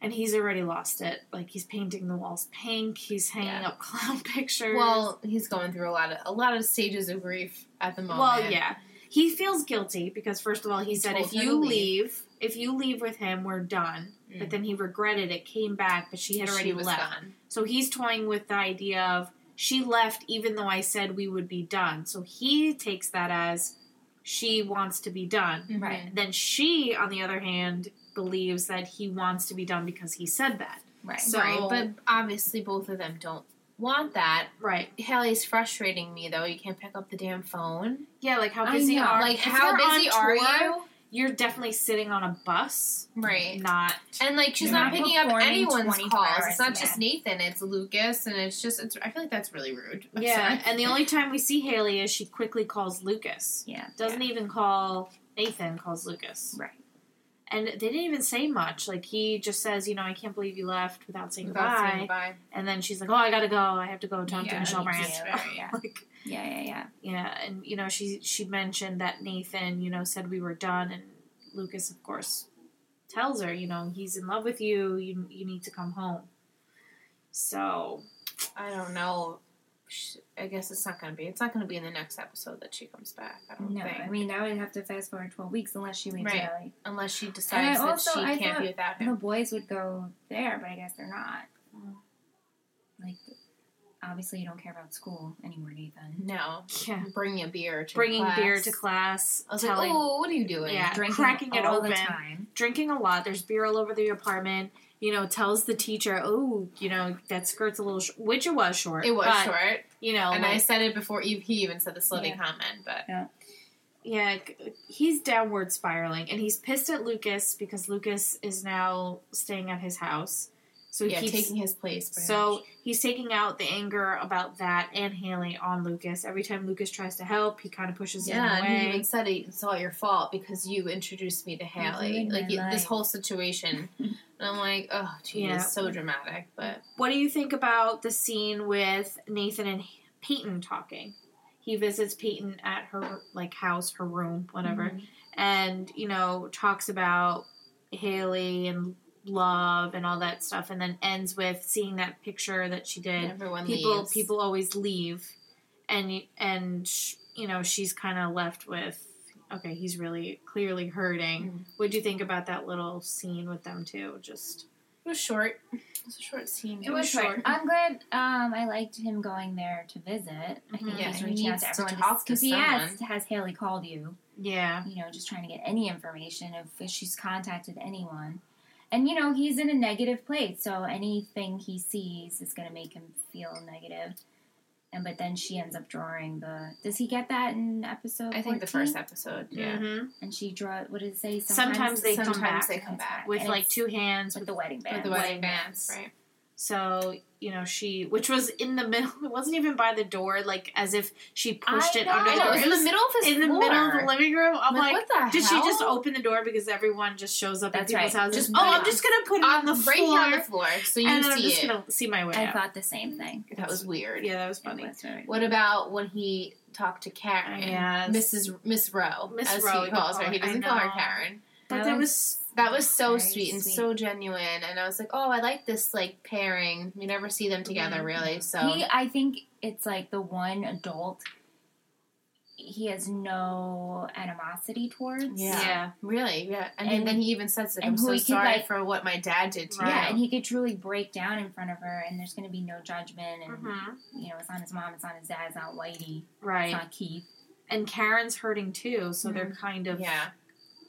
Speaker 3: and he's already lost it. Like he's painting the walls pink. He's hanging
Speaker 4: Yeah.
Speaker 3: up clown pictures.
Speaker 4: Well, he's going through a lot of a lot of stages of grief at the moment.
Speaker 3: well, yeah. He feels guilty because first of all, he,
Speaker 4: He
Speaker 3: said
Speaker 4: told
Speaker 3: if
Speaker 4: her to
Speaker 3: you
Speaker 4: leave."
Speaker 3: leave, if you leave with him, we're done. But
Speaker 4: Mm.
Speaker 3: then he regretted it, came back, but she had already
Speaker 4: she was
Speaker 3: left.
Speaker 4: gone.
Speaker 3: So he's toying with the idea of she left even though I said we would be done. So he takes that as she wants to be done.
Speaker 4: Mhm.
Speaker 5: Right.
Speaker 3: Then she, on the other hand, believes that he wants to be done because he said that.
Speaker 5: Right.
Speaker 3: So-
Speaker 4: right, but obviously both of them don't want that.
Speaker 3: Right.
Speaker 4: Haley's frustrating me though. You can't pick up the damn phone.
Speaker 3: Yeah, like how
Speaker 5: I
Speaker 3: busy
Speaker 5: know.
Speaker 3: are
Speaker 4: like
Speaker 3: if
Speaker 4: how
Speaker 3: you're on
Speaker 4: busy are
Speaker 3: tour,
Speaker 4: you?
Speaker 3: You're definitely sitting on a bus.
Speaker 4: Right.
Speaker 3: Not
Speaker 4: And like she's
Speaker 5: You're
Speaker 4: not
Speaker 5: not
Speaker 4: picking up
Speaker 5: performing
Speaker 4: anyone's
Speaker 5: 24
Speaker 4: calls.
Speaker 5: hours,
Speaker 4: It's not
Speaker 5: yeah.
Speaker 4: just Nathan. It's Lucas, and it's just it's. I feel like that's really rude. I'm
Speaker 3: Yeah,
Speaker 4: sorry.
Speaker 3: and the only time we see Haley is she quickly calls Lucas.
Speaker 5: Yeah.
Speaker 3: Doesn't even call Nathan, calls Lucas.
Speaker 5: Right.
Speaker 3: And they didn't even say much. Like he just says, you know, I can't believe you left without saying
Speaker 4: Without
Speaker 3: goodbye.
Speaker 4: saying goodbye.
Speaker 3: And then she's like, Oh, I gotta go. I have to go talk to
Speaker 4: Yeah,
Speaker 3: Michelle
Speaker 4: you
Speaker 3: Branch.
Speaker 4: can't.
Speaker 5: Yeah.
Speaker 3: like
Speaker 5: Yeah. Yeah. Yeah.
Speaker 3: Yeah, and you know, she she mentioned that Nathan, you know, said we were done and Lucas of course tells her, you know, he's in love with you, you you need to come home. So
Speaker 4: I don't know. Sh- I guess it's not gonna be. It's not gonna be in the next episode that she comes back. I don't
Speaker 5: No,
Speaker 4: think
Speaker 5: I mean, I would have to fast forward 12 weeks unless she leaves
Speaker 4: Oh, Right.
Speaker 5: early.
Speaker 4: unless she decides that
Speaker 5: also-
Speaker 4: she
Speaker 5: I
Speaker 4: can't
Speaker 5: thought-
Speaker 4: be without
Speaker 5: The
Speaker 4: him.
Speaker 5: boys would go there, but I guess they're not.
Speaker 3: Mm.
Speaker 5: Like, obviously, you don't care about school anymore, Nathan.
Speaker 4: No,
Speaker 3: yeah.
Speaker 4: bringing a beer to
Speaker 3: Bringing
Speaker 4: class.
Speaker 3: beer to class,
Speaker 4: I was
Speaker 3: telling
Speaker 4: like, oh, what are you doing?
Speaker 3: Yeah.
Speaker 5: Drinking
Speaker 3: cracking it
Speaker 5: all the
Speaker 3: open.
Speaker 5: time.
Speaker 3: drinking a lot. There's beer all over the apartment. You know, tells the teacher, "Oh, you know that skirt's a little," sh-, which it was short.
Speaker 4: It was
Speaker 3: but,
Speaker 4: short,
Speaker 3: You know,
Speaker 4: and I
Speaker 3: like,
Speaker 4: said it before. Eve, he even said the slutty
Speaker 5: Yeah.
Speaker 4: comment, but
Speaker 3: yeah, c- he's downward spiraling, and he's pissed at Lucas because Lucas is now staying at his house, so he
Speaker 4: yeah,
Speaker 3: keeps.
Speaker 4: taking his place. pretty
Speaker 3: so
Speaker 4: much.
Speaker 3: he's taking out the anger about that and Haley on Lucas. Every time Lucas tries to help, he kind of pushes
Speaker 4: yeah,
Speaker 3: him
Speaker 4: and he
Speaker 3: away.
Speaker 4: even said it- it's all your fault because you introduced me to Haley.
Speaker 5: ruined
Speaker 4: Like
Speaker 5: my
Speaker 4: y- this
Speaker 5: life.
Speaker 4: whole situation, and I'm like, oh, geez,
Speaker 3: Yeah.
Speaker 4: so dramatic. But
Speaker 3: What do you think about the scene with Nathan and Peyton talking? He visits Peyton at her like house, her room, whatever,
Speaker 5: Mm-hmm.
Speaker 3: and you know talks about Haley and love and all that stuff, and then ends with seeing that picture that she did.
Speaker 4: everyone
Speaker 3: people
Speaker 4: leaves.
Speaker 3: people always leave, and and you know she's kind of left with okay, he's really clearly hurting.
Speaker 4: Mhm.
Speaker 3: What'd you think about that little scene with them too? Just
Speaker 4: It was short. It was a short scene.
Speaker 5: It was short. I'm glad um, I liked him going there to visit. I think
Speaker 4: Mm-hmm. Yeah,
Speaker 5: he's
Speaker 4: he
Speaker 5: reaching out
Speaker 4: needs
Speaker 5: to
Speaker 4: to
Speaker 5: everyone
Speaker 4: talk to
Speaker 5: because he asked,
Speaker 4: someone.
Speaker 5: has Haley called you?
Speaker 3: yeah,
Speaker 5: You know, just trying to get any information of if she's contacted anyone. And you know, he's in a negative place, so anything he sees is going to make him feel negative. And but then she ends up drawing the. Does he get that in episode?
Speaker 4: I think the
Speaker 5: 14?
Speaker 4: first episode. Yeah.
Speaker 3: Mhm.
Speaker 5: And she draw. What did it say?
Speaker 3: Sometimes they come
Speaker 4: Sometimes
Speaker 3: back
Speaker 4: they come back.
Speaker 3: with
Speaker 5: And
Speaker 3: like
Speaker 5: it's
Speaker 3: two hands.
Speaker 5: with
Speaker 3: With
Speaker 5: the wedding band.
Speaker 4: With the wedding
Speaker 3: Wedding
Speaker 4: bands,
Speaker 3: bands.
Speaker 4: right?
Speaker 3: so you know she, which was in the middle. It wasn't even by the door. Like as if she pushed
Speaker 5: I
Speaker 3: it
Speaker 5: know.
Speaker 3: under
Speaker 4: I know. It was
Speaker 3: the
Speaker 4: in the
Speaker 3: door.
Speaker 4: middle of his
Speaker 3: In the middle of the
Speaker 4: floor.
Speaker 3: living room. I'm like,
Speaker 4: what the
Speaker 3: did she
Speaker 4: hell?
Speaker 3: just open the door because everyone just shows up at
Speaker 5: That's
Speaker 3: people's
Speaker 5: right.
Speaker 3: houses?
Speaker 4: Just
Speaker 3: oh,
Speaker 4: right
Speaker 3: I'm just gonna put it
Speaker 4: on
Speaker 3: on the
Speaker 4: right
Speaker 3: floor,
Speaker 4: here on the floor, so you
Speaker 3: and then I'm
Speaker 4: see
Speaker 3: just
Speaker 4: it.
Speaker 3: gonna see my way
Speaker 5: I
Speaker 3: out.
Speaker 5: thought the same thing.
Speaker 4: That was weird.
Speaker 3: yeah, that was
Speaker 5: It
Speaker 3: funny.
Speaker 5: was very-
Speaker 4: What about when he talked to Karen,
Speaker 3: Yes.
Speaker 4: Mrs. Miss Rowe,
Speaker 3: Miss
Speaker 4: as
Speaker 3: Rowe,
Speaker 4: he
Speaker 3: he
Speaker 4: calls her?
Speaker 3: called
Speaker 4: He
Speaker 3: her. I
Speaker 4: doesn't call her
Speaker 3: know.
Speaker 4: Karen.
Speaker 3: But that was
Speaker 4: That was so
Speaker 5: Very
Speaker 4: sweet and
Speaker 5: sweet.
Speaker 4: so genuine, and I was like, oh, I like this like pairing. We never see them together
Speaker 3: Mhm.
Speaker 4: really, so
Speaker 5: He, I think it's like the one adult he has no animosity towards.
Speaker 4: Yeah.
Speaker 3: yeah.
Speaker 4: really, yeah. And, then-
Speaker 5: And-
Speaker 4: then he even says that I'm
Speaker 5: and who
Speaker 4: so
Speaker 5: he could,
Speaker 4: sorry
Speaker 5: like-
Speaker 4: for what my dad did to
Speaker 5: Yeah,
Speaker 3: Right.
Speaker 5: and he could truly break down in front of her, and there's going to be no judgment. And
Speaker 4: Mm-hmm.
Speaker 3: Mhm.
Speaker 5: you know, it's on his mom, it's on his dad, it's not Whitey, it's
Speaker 3: Right,
Speaker 5: not Keith.
Speaker 3: and Karen's hurting too, so they're kind
Speaker 4: you.
Speaker 3: of
Speaker 4: Mm-hmm. Yeah,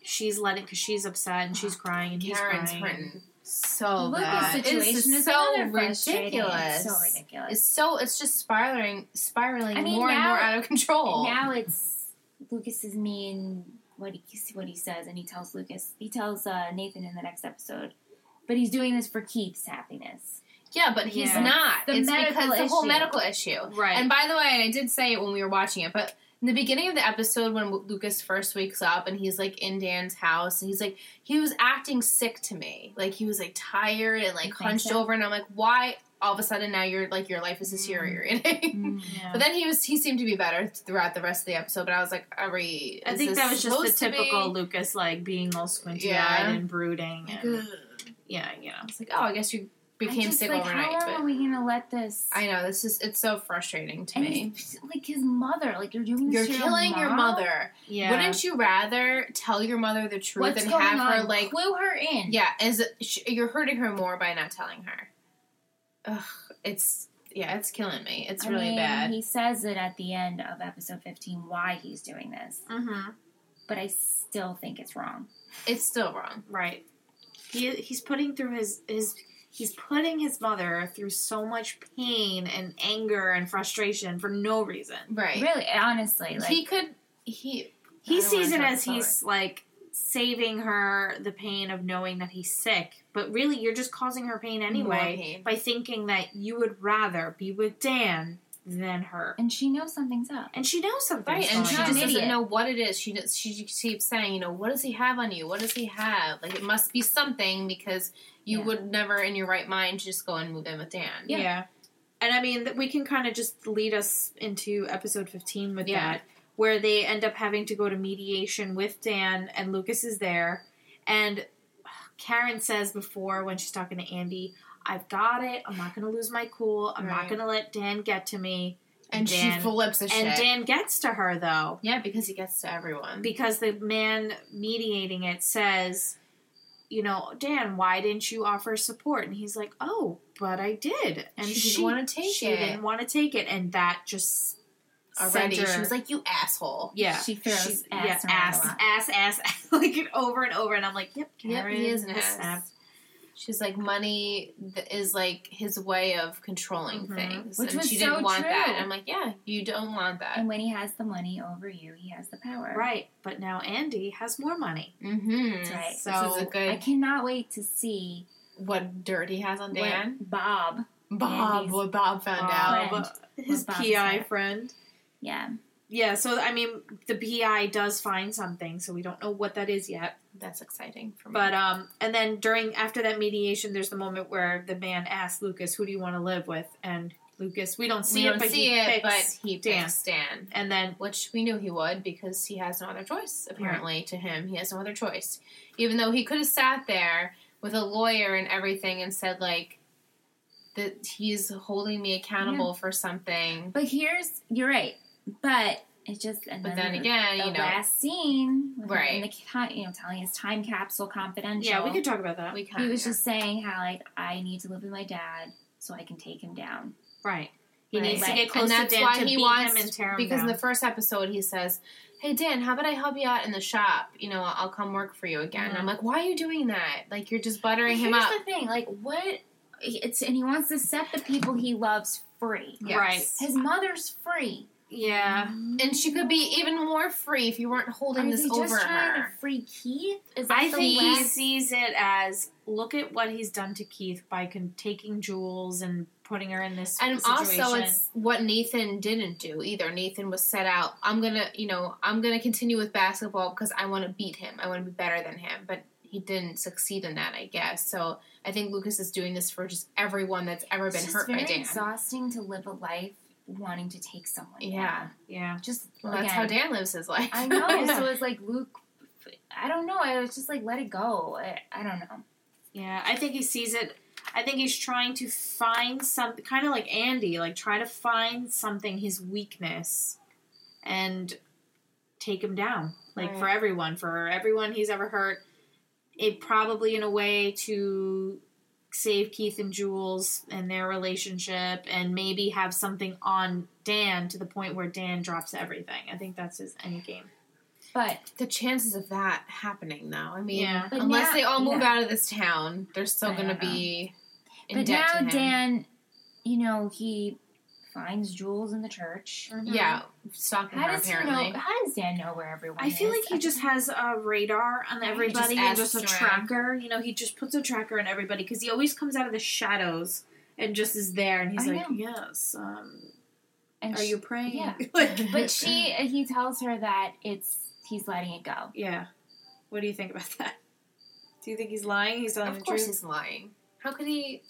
Speaker 3: She's letting because she's upset and she's crying and he's
Speaker 4: Karen's
Speaker 3: crying.
Speaker 4: written so
Speaker 5: Look,
Speaker 4: bad.
Speaker 5: the situation
Speaker 4: it's
Speaker 5: is
Speaker 4: so
Speaker 5: another frustrating.
Speaker 4: ridiculous.
Speaker 5: It's so ridiculous.
Speaker 4: It's so it's just spiraling, spiraling
Speaker 5: I mean,
Speaker 4: more and
Speaker 5: now-
Speaker 4: more out of control.
Speaker 5: And now it's Lucas is mean. What he what he says, and he tells Lucas, he tells uh, Nathan in the next episode, but he's doing this for Keith's happiness.
Speaker 4: Yeah, but he's
Speaker 3: Yeah.
Speaker 4: not.
Speaker 5: The
Speaker 4: it's
Speaker 5: medical
Speaker 4: because the whole
Speaker 5: issue.
Speaker 4: medical issue.
Speaker 3: Right.
Speaker 4: And by the way, and I did say it when we were watching it, but in the beginning of the episode when Lucas first wakes up and he's like in Dan's house and he's like he was acting sick to me. Like he was like tired and like
Speaker 5: think
Speaker 4: hunched
Speaker 5: so? Mm.
Speaker 4: over and I'm like why all of a sudden now you're like your life is deteriorating.
Speaker 3: Mm.
Speaker 4: But then he was he seemed to be better throughout the rest of the episode, but I was like, are we
Speaker 3: I
Speaker 4: is
Speaker 3: think
Speaker 4: this
Speaker 3: that was just
Speaker 4: supposed
Speaker 3: the
Speaker 4: to be-
Speaker 3: typical Lucas, like being all squinty
Speaker 4: Yeah.
Speaker 3: eyed and brooding.
Speaker 4: Like,
Speaker 3: And,
Speaker 4: "Ugh."
Speaker 3: yeah, you know.
Speaker 4: It's like, oh, I guess you became
Speaker 5: I'm just
Speaker 4: sick
Speaker 5: like,
Speaker 4: overnight.
Speaker 5: How long
Speaker 4: but
Speaker 5: are we gonna let this?
Speaker 4: I know this is it's so frustrating to
Speaker 5: and
Speaker 4: me.
Speaker 5: it's like his mother. Like you're doing.
Speaker 4: You're
Speaker 5: this to
Speaker 4: killing your mother.
Speaker 3: Yeah.
Speaker 4: Wouldn't you rather tell your mother the truth
Speaker 5: What's
Speaker 4: and
Speaker 5: going
Speaker 4: have
Speaker 5: on?
Speaker 4: her like,
Speaker 5: Clue her in.
Speaker 4: yeah, as sh- you're hurting her more by not telling her? Ugh, it's yeah, it's killing me. It's
Speaker 5: I
Speaker 4: really
Speaker 5: mean,
Speaker 4: bad.
Speaker 5: He says it at the end of episode 15 why he's doing this,
Speaker 3: Mm-hmm.
Speaker 5: but I still think it's wrong.
Speaker 4: it's still wrong.
Speaker 3: Right. He he's putting through his his he's putting his mother through so much pain and anger and frustration for no reason.
Speaker 4: Right.
Speaker 5: Really, honestly, like
Speaker 4: he could he I
Speaker 3: He
Speaker 4: don't
Speaker 3: sees it
Speaker 4: wanna talk
Speaker 3: as he's like saving her the pain of knowing that he's sick, but really you're just causing her pain anyway
Speaker 4: pain.
Speaker 3: by thinking that you would rather be with Dan than her.
Speaker 5: and she knows something's up.
Speaker 3: And she knows something.
Speaker 4: Right, and she
Speaker 5: She's
Speaker 4: just
Speaker 5: an
Speaker 4: doesn't
Speaker 5: idiot.
Speaker 4: know what it is. She just- she keeps saying, you know, what does he have on you? What does he have? Like it must be something because you
Speaker 5: Yeah.
Speaker 4: would never, in your right mind, just go and move in with Dan.
Speaker 3: Yeah. And I mean, th- we can kind of just lead us into episode 15 with
Speaker 4: Yeah.
Speaker 3: that, where they end up having to go to mediation with Dan, and Lucas is there. And Karen says before, when she's talking to Andy, I've got it. I'm not going to lose my cool. I'm
Speaker 4: Right.
Speaker 3: not going to let Dan get to me.
Speaker 4: and she
Speaker 3: Dan-
Speaker 4: flips a shit.
Speaker 3: And Dan gets to her, though,
Speaker 4: yeah, because he gets to everyone.
Speaker 3: because the man mediating it says, you know, Dan, why didn't you offer support? And he's like, oh, but I did. And
Speaker 4: she, didn't want to take
Speaker 3: she
Speaker 4: it
Speaker 3: didn't want to take it, and that just
Speaker 4: already.
Speaker 3: sent her-
Speaker 4: She was like, "You asshole."
Speaker 3: "Yeah,
Speaker 5: She throws
Speaker 3: she's-
Speaker 5: ass
Speaker 3: yeah,
Speaker 5: around a
Speaker 3: ass,
Speaker 5: lot.
Speaker 3: ass, ass, ass," like over and over." And I'm like, "Yep,
Speaker 4: Yep,
Speaker 3: Karen
Speaker 4: he is an
Speaker 3: has
Speaker 4: ass.
Speaker 3: snapped.
Speaker 4: She's like, money th- is like his way of controlling
Speaker 3: Mhm.
Speaker 4: things,
Speaker 5: Mm-hmm. Which
Speaker 4: and
Speaker 5: was
Speaker 4: she
Speaker 5: so
Speaker 4: didn't want that.
Speaker 5: true.
Speaker 4: And I'm like, yeah, you don't want that.
Speaker 5: And when he has the money over you, he has the power.
Speaker 3: Right, but now Andy has more money.
Speaker 4: Mm-hmm.
Speaker 5: That's right.
Speaker 4: So this is a
Speaker 5: I
Speaker 4: good
Speaker 5: cannot wait to see
Speaker 4: what dirty has on
Speaker 5: what
Speaker 4: Dan.
Speaker 5: Bob.
Speaker 4: Bob,
Speaker 5: Andy's
Speaker 4: what Bob found out.
Speaker 5: Bob.
Speaker 3: Um, his
Speaker 5: Bob
Speaker 3: PI
Speaker 5: said.
Speaker 3: friend.
Speaker 5: Yeah,
Speaker 3: Yeah, so I mean, the PI does find something, so we don't know what that is yet.
Speaker 4: That's exciting for me.
Speaker 3: But um, and then during after that mediation, there's the moment where the man asks Lucas, "Who do you want to live with?" And Lucas, we don't see
Speaker 4: we
Speaker 3: it,
Speaker 4: don't
Speaker 3: but
Speaker 4: see
Speaker 3: he picks
Speaker 4: it, but he
Speaker 3: Dan.
Speaker 4: picks Dan.
Speaker 3: and then
Speaker 4: Which we knew he would because he has no other choice, apparently, to him. He has no other choice. Even though he could have sat there with a lawyer and everything and said, like, that he's holding me accountable for something.
Speaker 5: but here's you're right. But it's just and
Speaker 4: But
Speaker 5: then,
Speaker 4: then again,
Speaker 5: the
Speaker 4: you know,
Speaker 5: last scene, with him
Speaker 4: Right.
Speaker 5: in The ca- you know, telling his time capsule confidential.
Speaker 3: Yeah, we could talk about that.
Speaker 4: we kind
Speaker 5: He
Speaker 4: of.
Speaker 5: was just saying how like I need to live with my dad so I can take him down.
Speaker 3: right. He
Speaker 5: Right.
Speaker 3: needs to
Speaker 5: Right.
Speaker 3: get close
Speaker 4: and that's
Speaker 3: to Dan
Speaker 4: why
Speaker 3: to
Speaker 4: he
Speaker 3: beat
Speaker 4: wants
Speaker 3: him and tear him
Speaker 4: because in
Speaker 3: down.
Speaker 4: the first episode he says hey dan how about i help you out in the shop you know i'll come work for you again
Speaker 3: Mhm.
Speaker 4: i'm like why are you doing that like you're just buttering him
Speaker 5: Here's
Speaker 4: up
Speaker 5: the thing, like what it's and he wants to set the people he loves free.
Speaker 4: Yes.
Speaker 3: Right.
Speaker 5: His mother's free.
Speaker 3: Yeah.
Speaker 4: and she could be even more free if you weren't holding
Speaker 5: Or is
Speaker 4: this
Speaker 5: he
Speaker 4: over
Speaker 5: just trying
Speaker 4: her
Speaker 5: to free Keith? Is that
Speaker 3: I
Speaker 5: the
Speaker 3: think he
Speaker 5: last-
Speaker 3: sees it as look at what he's done to Keith by con- taking Jules and putting her in this
Speaker 4: and
Speaker 3: situation.
Speaker 4: also it's what nathan didn't do either nathan was set out i'm gonna you know i'm gonna continue with basketball because i want to beat him i want to be better than him but he didn't succeed in that i guess so i think lucas is doing this for just everyone that's ever
Speaker 5: it's
Speaker 4: been
Speaker 5: just
Speaker 4: hurt
Speaker 5: very
Speaker 4: by dan
Speaker 5: exhausting to live a life wanting to take someone.
Speaker 4: Yeah.
Speaker 5: down.
Speaker 3: yeah.
Speaker 5: Just
Speaker 4: Well, that's
Speaker 5: again,
Speaker 4: how Dan lives his life.
Speaker 5: I know. so it's like Luke. I don't know. I was just like, let it go. I, I don't know.
Speaker 3: Yeah. I think he sees it I think he's trying to find some kind of like Andy, like try to find something his weakness and take him down. Like for
Speaker 4: Right.
Speaker 3: everyone, for everyone he's ever hurt. It probably in a way to save Keith and Jules and their relationship and maybe have something on Dan to the point where Dan drops everything. I think that's his end game.
Speaker 5: But
Speaker 4: the chances of that happening, though, I mean,
Speaker 3: Yeah.
Speaker 5: But
Speaker 4: unless
Speaker 5: now-
Speaker 4: they all move
Speaker 5: yeah.
Speaker 4: out of this town, they're still
Speaker 5: I
Speaker 4: going to
Speaker 5: don't know.
Speaker 4: be in
Speaker 5: but
Speaker 4: debt
Speaker 5: now
Speaker 4: to him.
Speaker 5: Dan, you know, he finds Jules in the church.
Speaker 4: yeah, stalking
Speaker 5: How
Speaker 4: her
Speaker 5: does
Speaker 4: apparently.
Speaker 5: he know? How does Dan know where everyone?
Speaker 3: I feel
Speaker 5: is?
Speaker 3: like he just has a radar on everybody and
Speaker 4: asks
Speaker 3: just a
Speaker 4: around.
Speaker 3: tracker. You know, he just puts a tracker on everybody because he always comes out of the shadows and just is there. And he's
Speaker 5: I
Speaker 3: like,
Speaker 5: know.
Speaker 3: "Yes, um,
Speaker 5: And
Speaker 6: Are
Speaker 5: she-
Speaker 6: you praying?
Speaker 5: yeah.
Speaker 6: Like-
Speaker 5: But she, he tells her that it's he's letting it go.
Speaker 3: yeah. What do you think about that? Do you think he's lying? He's telling
Speaker 4: Of
Speaker 3: the
Speaker 4: course
Speaker 3: truth.
Speaker 4: he's lying. How could he?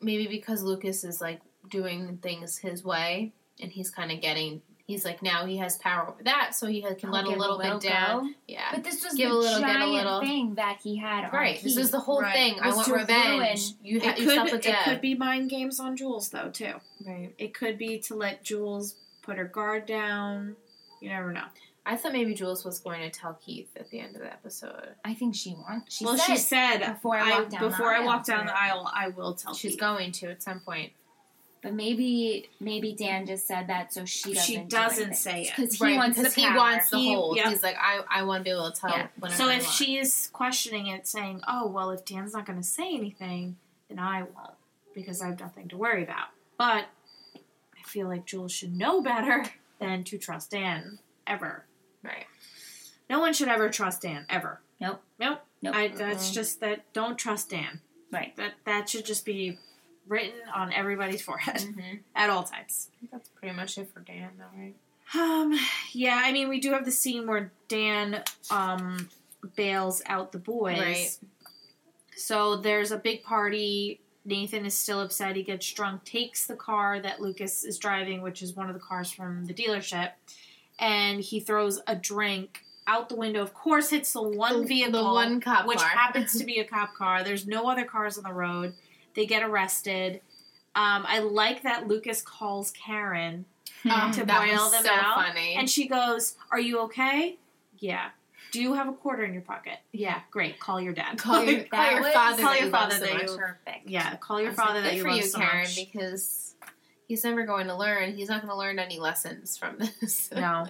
Speaker 4: Maybe because Lucas is like doing things his way, and he's kind of getting. He's like now he has power over that, so he can let a
Speaker 5: Give
Speaker 4: little, bit down.
Speaker 5: go.
Speaker 4: Yeah,
Speaker 5: But this was
Speaker 4: Give
Speaker 5: the
Speaker 4: a little, get a
Speaker 5: giant
Speaker 4: little.
Speaker 5: thing that he had on
Speaker 4: right. This
Speaker 5: Keith.
Speaker 4: is the whole
Speaker 3: Right.
Speaker 4: thing. I
Speaker 5: Was
Speaker 4: want
Speaker 5: to
Speaker 4: revenge. You
Speaker 3: It
Speaker 4: had yourself a
Speaker 3: could, it
Speaker 4: death.
Speaker 3: could be mind games on Jules though too.
Speaker 4: Right.
Speaker 3: It could be to let Jules put her guard down. You never know.
Speaker 4: I thought maybe Jules was going to tell Keith at the end of the episode.
Speaker 5: I think she wants. She
Speaker 3: well,
Speaker 5: said
Speaker 3: she said
Speaker 5: before I
Speaker 3: I,
Speaker 5: walk down the
Speaker 3: before I
Speaker 5: aisle
Speaker 3: walk
Speaker 5: for
Speaker 3: down
Speaker 5: it.
Speaker 3: the aisle, I will tell.
Speaker 4: She's
Speaker 3: Pete.
Speaker 4: going to at some point.
Speaker 5: But maybe maybe Dan just said that so she doesn't.
Speaker 3: She doesn't say it.
Speaker 5: because he wants
Speaker 4: because
Speaker 5: the
Speaker 4: he
Speaker 5: power.
Speaker 4: wants the
Speaker 3: He-
Speaker 4: hold.
Speaker 3: yeah.
Speaker 4: He's like, I, I want to be able to tell.
Speaker 5: Yeah.
Speaker 4: whenever
Speaker 3: So
Speaker 4: I
Speaker 3: if
Speaker 4: want.
Speaker 3: she is questioning it, saying, "Oh well, if Dan's not going to say anything, then I won't because I have nothing to worry about," but I feel like Jules should know better than to trust Dan ever.
Speaker 4: right,
Speaker 3: No one should ever trust Dan ever.
Speaker 5: Nope.
Speaker 3: Nope.
Speaker 5: Nope.
Speaker 3: I, that's
Speaker 4: Mhm.
Speaker 3: just that. Don't trust Dan.
Speaker 5: Right.
Speaker 3: That that should just be written on everybody's forehead
Speaker 4: hmm
Speaker 3: at all times.
Speaker 4: That's pretty much it for Dan, though, right?
Speaker 3: Um, yeah, I mean, we do have the scene where Dan um bails out the boys.
Speaker 4: Right.
Speaker 3: So there's a big party. Nathan is still upset. He gets drunk, takes the car that Lucas is driving, which is one of the cars from the dealership, and he throws a drink out the window. Of course, hits the one vehicle,
Speaker 4: the one cop
Speaker 3: which
Speaker 4: car.
Speaker 3: happens to be a cop car. There's no other cars on the road. They get arrested. Um, I like that Lucas calls Karen
Speaker 4: Um,
Speaker 3: to
Speaker 4: that
Speaker 3: boil
Speaker 4: was
Speaker 3: them
Speaker 4: so
Speaker 3: out.
Speaker 4: funny.
Speaker 3: and she goes, Are you okay? Yeah. Do you have a quarter in your pocket? Yeah. Great. Call your dad.
Speaker 4: call your,
Speaker 5: That
Speaker 4: call your
Speaker 5: was-
Speaker 4: father.
Speaker 3: Call
Speaker 4: that
Speaker 3: your
Speaker 4: you love
Speaker 3: father
Speaker 4: so
Speaker 3: that
Speaker 4: much.
Speaker 3: you-
Speaker 5: Perfect.
Speaker 3: yeah. Call your
Speaker 4: I was like,
Speaker 3: father that
Speaker 4: good
Speaker 3: you
Speaker 4: for
Speaker 3: love
Speaker 4: you,
Speaker 3: so
Speaker 4: Karen,
Speaker 3: much.
Speaker 4: because he's never going to learn. He's not going to learn any lessons from this.
Speaker 3: No.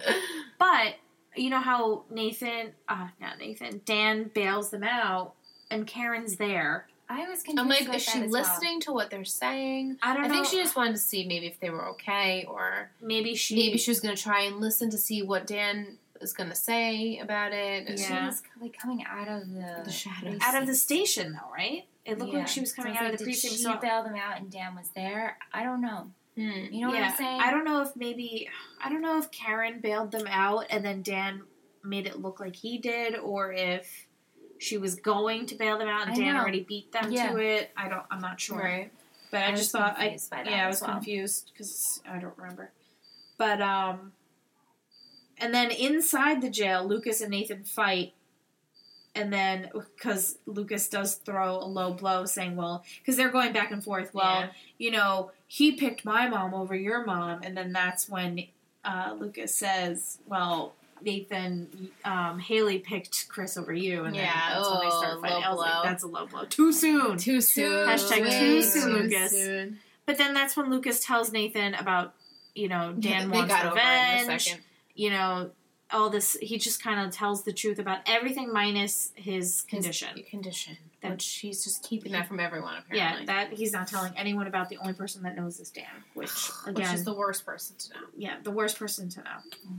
Speaker 3: But you know how Nathan, uh, not Nathan, Dan bails them out and Karen's there.
Speaker 5: I was confused.
Speaker 4: I'm like,
Speaker 5: about
Speaker 4: is she
Speaker 5: that as well.
Speaker 4: listening to what they're saying?
Speaker 3: I don't
Speaker 4: I
Speaker 3: know.
Speaker 4: think she just wanted to see maybe if they were okay, or
Speaker 3: maybe she
Speaker 4: maybe she was going to try and listen to see what Dan is going to say about it. And
Speaker 5: She
Speaker 3: Yeah.
Speaker 5: was like coming out of the,
Speaker 4: The shadows.
Speaker 5: precinct.
Speaker 3: out of the station though, right? It looked
Speaker 5: Yeah.
Speaker 3: like she was
Speaker 5: So
Speaker 3: coming
Speaker 5: I was
Speaker 3: out
Speaker 5: like,
Speaker 3: of the precinct.
Speaker 5: Did she
Speaker 3: so
Speaker 5: bail them out and Dan was there? I don't know.
Speaker 4: Hmm.
Speaker 5: You know what
Speaker 3: Yeah,
Speaker 5: I'm saying?
Speaker 3: I don't know if maybe I don't know if Karen bailed them out and then Dan made it look like he did, or if she was going to bail them out and
Speaker 5: I
Speaker 3: Dan
Speaker 5: know.
Speaker 3: already beat them
Speaker 5: Yeah.
Speaker 3: to it. I don't. I'm not sure.
Speaker 4: Right.
Speaker 3: But I,
Speaker 5: I
Speaker 3: just
Speaker 5: was
Speaker 3: thought I
Speaker 5: confused by that
Speaker 3: yeah I
Speaker 5: as
Speaker 3: was
Speaker 5: well.
Speaker 3: confused because I don't remember. But um, and then inside the jail, Lucas and Nathan fight. And then, because Lucas does throw a low blow, saying, "Well," because they're going back and forth. Well,
Speaker 4: Yeah.
Speaker 3: you know, he picked my mom over your mom. And then that's when uh, Lucas says, well, Nathan, um, Haley picked Chris over you. And
Speaker 4: Yeah,
Speaker 3: then that's when they
Speaker 4: oh,
Speaker 3: start fighting. I was
Speaker 4: low
Speaker 3: like,
Speaker 4: blow.
Speaker 3: that's a low blow. Too soon.
Speaker 4: Too soon.
Speaker 3: Hashtag
Speaker 4: Way
Speaker 3: too soon,
Speaker 4: too
Speaker 3: Lucas.
Speaker 4: soon.
Speaker 3: But then that's when Lucas tells Nathan about, you know, Dan
Speaker 4: they
Speaker 3: wants
Speaker 4: got over it in a
Speaker 3: revenge.
Speaker 4: second.
Speaker 3: You know, all this. He just kind of tells the truth about everything minus his condition.
Speaker 4: His condition.
Speaker 3: That-
Speaker 4: which she's just keeping that from everyone,
Speaker 3: yeah,
Speaker 4: apparently.
Speaker 3: that he's not telling anyone about. The only person that knows is Dan, which
Speaker 4: which
Speaker 3: again
Speaker 4: is the worst person to know.
Speaker 3: yeah, the worst person to know.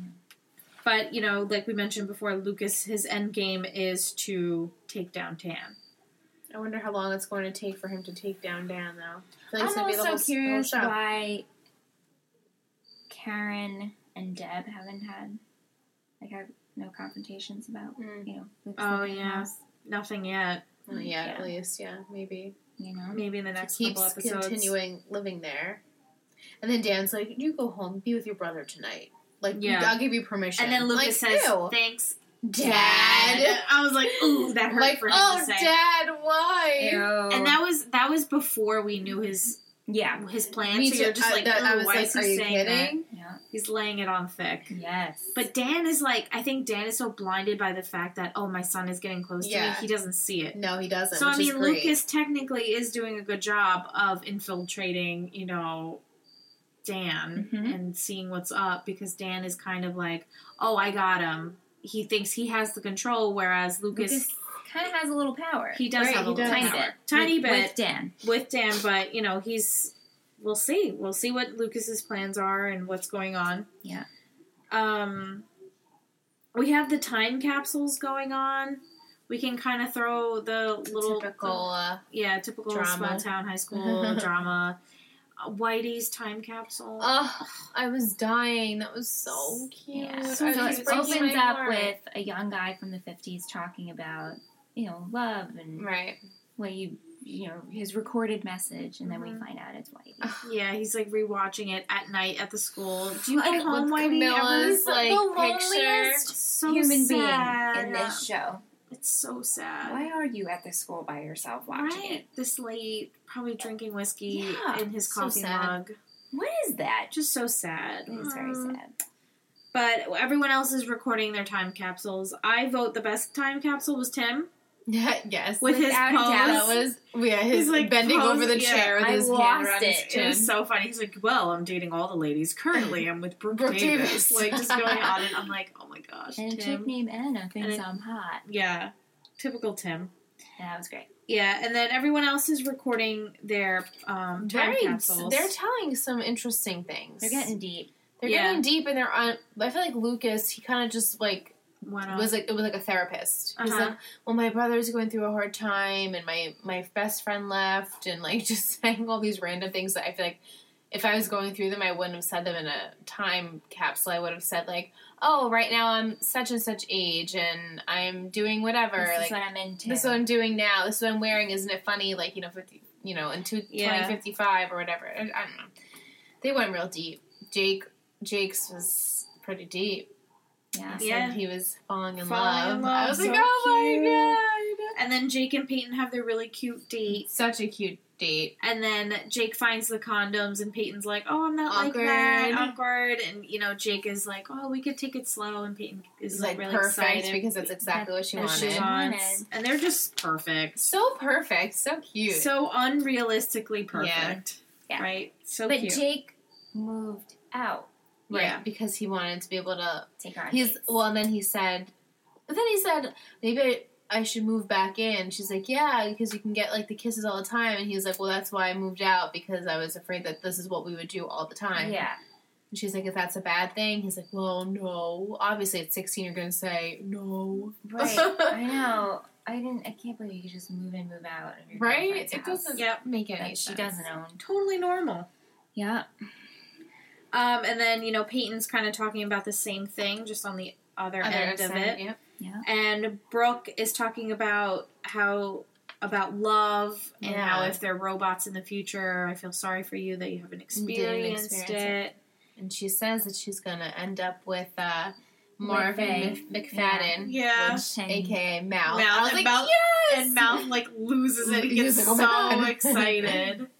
Speaker 3: But you know, like we mentioned before, Lucas his end game is to take down Tan.
Speaker 4: I wonder how long it's going to take for him to take down Dan, though. I feel like it's
Speaker 5: I'm
Speaker 4: gonna be the
Speaker 5: also
Speaker 4: whole-
Speaker 5: curious
Speaker 4: whole show.
Speaker 5: why Karen and Deb haven't had like have no confrontations about
Speaker 4: Mm.
Speaker 5: you know. Luke's
Speaker 3: Oh,
Speaker 5: living in the
Speaker 3: yeah.
Speaker 5: house,
Speaker 3: Nothing yet.
Speaker 4: Not yet, at
Speaker 5: Yeah.
Speaker 4: least, yeah, maybe.
Speaker 5: You know.
Speaker 3: Maybe in the
Speaker 4: He
Speaker 3: next couple
Speaker 4: keeps
Speaker 3: episodes.
Speaker 4: continuing living there, and then Dan's like, "You go home, be with your brother tonight. Like,
Speaker 3: Yeah.
Speaker 4: I'll give you permission."
Speaker 3: And then Lucas
Speaker 4: like,
Speaker 3: says,
Speaker 4: "Ew,
Speaker 3: "Thanks,
Speaker 4: Dad."
Speaker 3: I was like, "Ooh, that hurt
Speaker 4: Like,
Speaker 3: for him
Speaker 4: oh,
Speaker 3: to say."
Speaker 4: Dad, why?
Speaker 3: And that was that was before we knew his
Speaker 5: yeah.
Speaker 3: his plan.
Speaker 4: Me
Speaker 3: so
Speaker 4: too.
Speaker 3: you're just
Speaker 4: I-
Speaker 3: like,
Speaker 4: that- I
Speaker 3: "Ooh,
Speaker 4: was
Speaker 3: why
Speaker 4: like,
Speaker 3: is he
Speaker 4: "Are you
Speaker 3: saying that?"
Speaker 4: kidding?"
Speaker 5: Yeah.
Speaker 3: He's laying it on thick.
Speaker 5: Yes.
Speaker 3: But Dan is like, I think Dan is so blinded by the fact that oh, my son is getting close
Speaker 4: Yeah.
Speaker 3: to me. He doesn't see it.
Speaker 4: No, he doesn't.
Speaker 3: So I
Speaker 4: which is
Speaker 3: mean,
Speaker 4: great.
Speaker 3: Lucas technically is doing a good job of infiltrating, you know, Dan
Speaker 4: Mm-hmm.
Speaker 5: Mhm.
Speaker 3: and seeing what's up because Dan is kind of like, "Oh, I got him." He thinks he has the control, whereas Lucas,
Speaker 5: Lucas kind of has a little power.
Speaker 3: he does
Speaker 4: Right,
Speaker 3: have a
Speaker 4: he
Speaker 3: little
Speaker 4: does.
Speaker 5: tiny
Speaker 3: power.
Speaker 5: bit.
Speaker 3: tiny
Speaker 5: with,
Speaker 3: bit
Speaker 5: with Dan.
Speaker 3: with, Dan, but you know, he's. We'll see. We'll see what Lucas's plans are and what's going on.
Speaker 5: Yeah.
Speaker 3: Um, we have the time capsules going on. We can kind of throw the little
Speaker 4: typical. Uh,
Speaker 3: yeah, typical
Speaker 4: Drama.
Speaker 3: small town high school drama. Whitey's time capsule.
Speaker 4: Oh, I was dying. That was so cute.
Speaker 5: Yeah.
Speaker 4: I
Speaker 5: So,
Speaker 4: was
Speaker 5: it
Speaker 4: breaking
Speaker 5: opens
Speaker 4: my
Speaker 5: up
Speaker 4: heart.
Speaker 5: with a young guy from the 50s talking about, you know, love and
Speaker 4: right.
Speaker 5: what you, you know, his recorded message, and
Speaker 4: Mm-hmm.
Speaker 5: then we find out it's Whitey.
Speaker 3: yeah, he's like rewatching it at night at the school. Do you go
Speaker 4: Like,
Speaker 3: home,
Speaker 4: with
Speaker 3: Whitey? ever?
Speaker 4: Camilla's
Speaker 3: It's
Speaker 4: like
Speaker 3: the
Speaker 4: picture.
Speaker 3: loneliest
Speaker 4: Oh,
Speaker 3: so
Speaker 5: Human
Speaker 3: sad.
Speaker 5: being in this show.
Speaker 3: It's so sad.
Speaker 5: Why are you at the school by yourself watching
Speaker 3: Right,
Speaker 5: it?
Speaker 3: this late, probably drinking whiskey
Speaker 5: Yeah,
Speaker 3: in his
Speaker 4: so
Speaker 3: coffee
Speaker 4: sad.
Speaker 3: mug.
Speaker 5: What is that?
Speaker 3: Just so sad.
Speaker 5: It's very
Speaker 4: Mm-hmm.
Speaker 3: Mm.
Speaker 5: sad.
Speaker 3: But everyone else is recording their time capsules. I vote the best time capsule was Tim
Speaker 4: Yeah, yes.
Speaker 3: with his
Speaker 5: Without a
Speaker 3: pose.
Speaker 5: doubt.
Speaker 4: that was yeah, his
Speaker 3: He's, like,
Speaker 4: bending
Speaker 3: posing-
Speaker 4: over the
Speaker 3: yeah,
Speaker 4: chair with
Speaker 5: I
Speaker 4: his hand
Speaker 5: lost
Speaker 4: around his
Speaker 5: it.
Speaker 3: It
Speaker 4: chin.
Speaker 3: was so funny. He's like, "Well, I'm dating all the ladies currently. I'm with Brooke,
Speaker 4: Brooke
Speaker 3: Davis.
Speaker 4: Davis.
Speaker 3: Like just going on, and I'm like, "Oh my gosh,
Speaker 5: And a chick
Speaker 3: Tim."
Speaker 5: named Anna thinks
Speaker 3: And it-
Speaker 5: I'm hot.
Speaker 3: Yeah, typical Tim.
Speaker 5: And that was great.
Speaker 3: Yeah, and then everyone else is recording their um, time
Speaker 4: Very-
Speaker 3: capsules.
Speaker 4: they're telling some interesting things.
Speaker 5: They're getting deep.
Speaker 4: They're
Speaker 3: Yeah.
Speaker 4: getting deep, and they're on. I feel like Lucas. He kind of just like
Speaker 5: Oh.
Speaker 3: Went
Speaker 4: was like it was like a therapist. He was
Speaker 3: Uh-huh.
Speaker 4: like, "Well, my brother's going through a hard time, and my my best friend left, and like just saying all these random things that I feel like if I was going through them, I wouldn't have said them in a time capsule. I would have said like, "Oh, right now I'm such and such age, and I'm doing whatever.
Speaker 5: This
Speaker 4: like
Speaker 5: is what I'm into.
Speaker 4: this is what I'm doing now. This is what I'm wearing. Isn't it funny? Like you know, 50, you know, in two,
Speaker 3: Yeah.
Speaker 4: 2055 or whatever. I, I don't know. They went real deep. Jake, Jake's was pretty deep.
Speaker 5: yeah.
Speaker 4: He
Speaker 3: Yeah.
Speaker 4: said he was falling in,
Speaker 3: Falling
Speaker 4: love.
Speaker 3: in
Speaker 4: I
Speaker 3: love,
Speaker 4: was
Speaker 3: so
Speaker 4: like, oh my
Speaker 3: and then Jake and Peyton have their really cute date.
Speaker 4: god, such a cute date.
Speaker 3: And then Jake finds the condoms, and Peyton's like, "Oh, I'm not
Speaker 4: Awkward.
Speaker 3: like that, awkward." And you know, Jake is like, "Oh, we could take it slow," and Peyton is
Speaker 4: It's like
Speaker 3: really
Speaker 4: perfect
Speaker 3: excited
Speaker 4: because that's exactly what she
Speaker 5: That-
Speaker 3: what
Speaker 4: wanted.
Speaker 5: that's
Speaker 3: she wants,
Speaker 5: wanted.
Speaker 3: and they're just perfect,
Speaker 4: So perfect, so cute.
Speaker 3: so unrealistically perfect,
Speaker 5: Yeah.
Speaker 3: right? So
Speaker 5: But
Speaker 3: cute.
Speaker 5: Jake moved out.
Speaker 4: right,
Speaker 3: yeah.
Speaker 4: because he wanted to be able to
Speaker 5: Take her on
Speaker 4: He's
Speaker 5: dates.
Speaker 4: well, and then he said, but then he said maybe I, I should move back in. She's like, yeah, because you can get like the kisses all the time. And he was like, well, that's why I moved out because I was afraid that this is what we would do all the time.
Speaker 5: Yeah.
Speaker 4: And she's like, if that's a bad thing, he's like, well, no. Obviously, at sixteen, you're gonna say no,
Speaker 5: Right. I know. I didn't. I can't believe you just move in, move out. Of your
Speaker 4: right?
Speaker 5: girlfriend's
Speaker 4: It
Speaker 5: house.
Speaker 4: doesn't
Speaker 3: Yep.
Speaker 4: make any
Speaker 5: Like
Speaker 4: sense.
Speaker 5: she doesn't own.
Speaker 3: totally normal.
Speaker 5: Yeah.
Speaker 3: Um, and then you know, Peyton's kind of talking about the same thing, just on the other,
Speaker 4: Other
Speaker 3: end of
Speaker 4: side,
Speaker 3: it.
Speaker 4: yep.
Speaker 3: and Brooke is talking about how about love and
Speaker 4: Yeah.
Speaker 3: how if they're robots in the future, I feel sorry for you that you haven't experienced
Speaker 4: experience
Speaker 3: it.
Speaker 4: And she says that she's gonna end up with uh, Marvin
Speaker 5: With a-
Speaker 4: Mc- McFadden,
Speaker 3: Yeah.
Speaker 4: which, aka Mal.
Speaker 3: Mal,
Speaker 4: I was
Speaker 3: and
Speaker 4: like,
Speaker 3: Mal-
Speaker 4: yes.
Speaker 3: And Mouth like loses it and
Speaker 4: He was
Speaker 3: gets
Speaker 4: like, "Oh my
Speaker 3: so
Speaker 4: God."
Speaker 3: excited.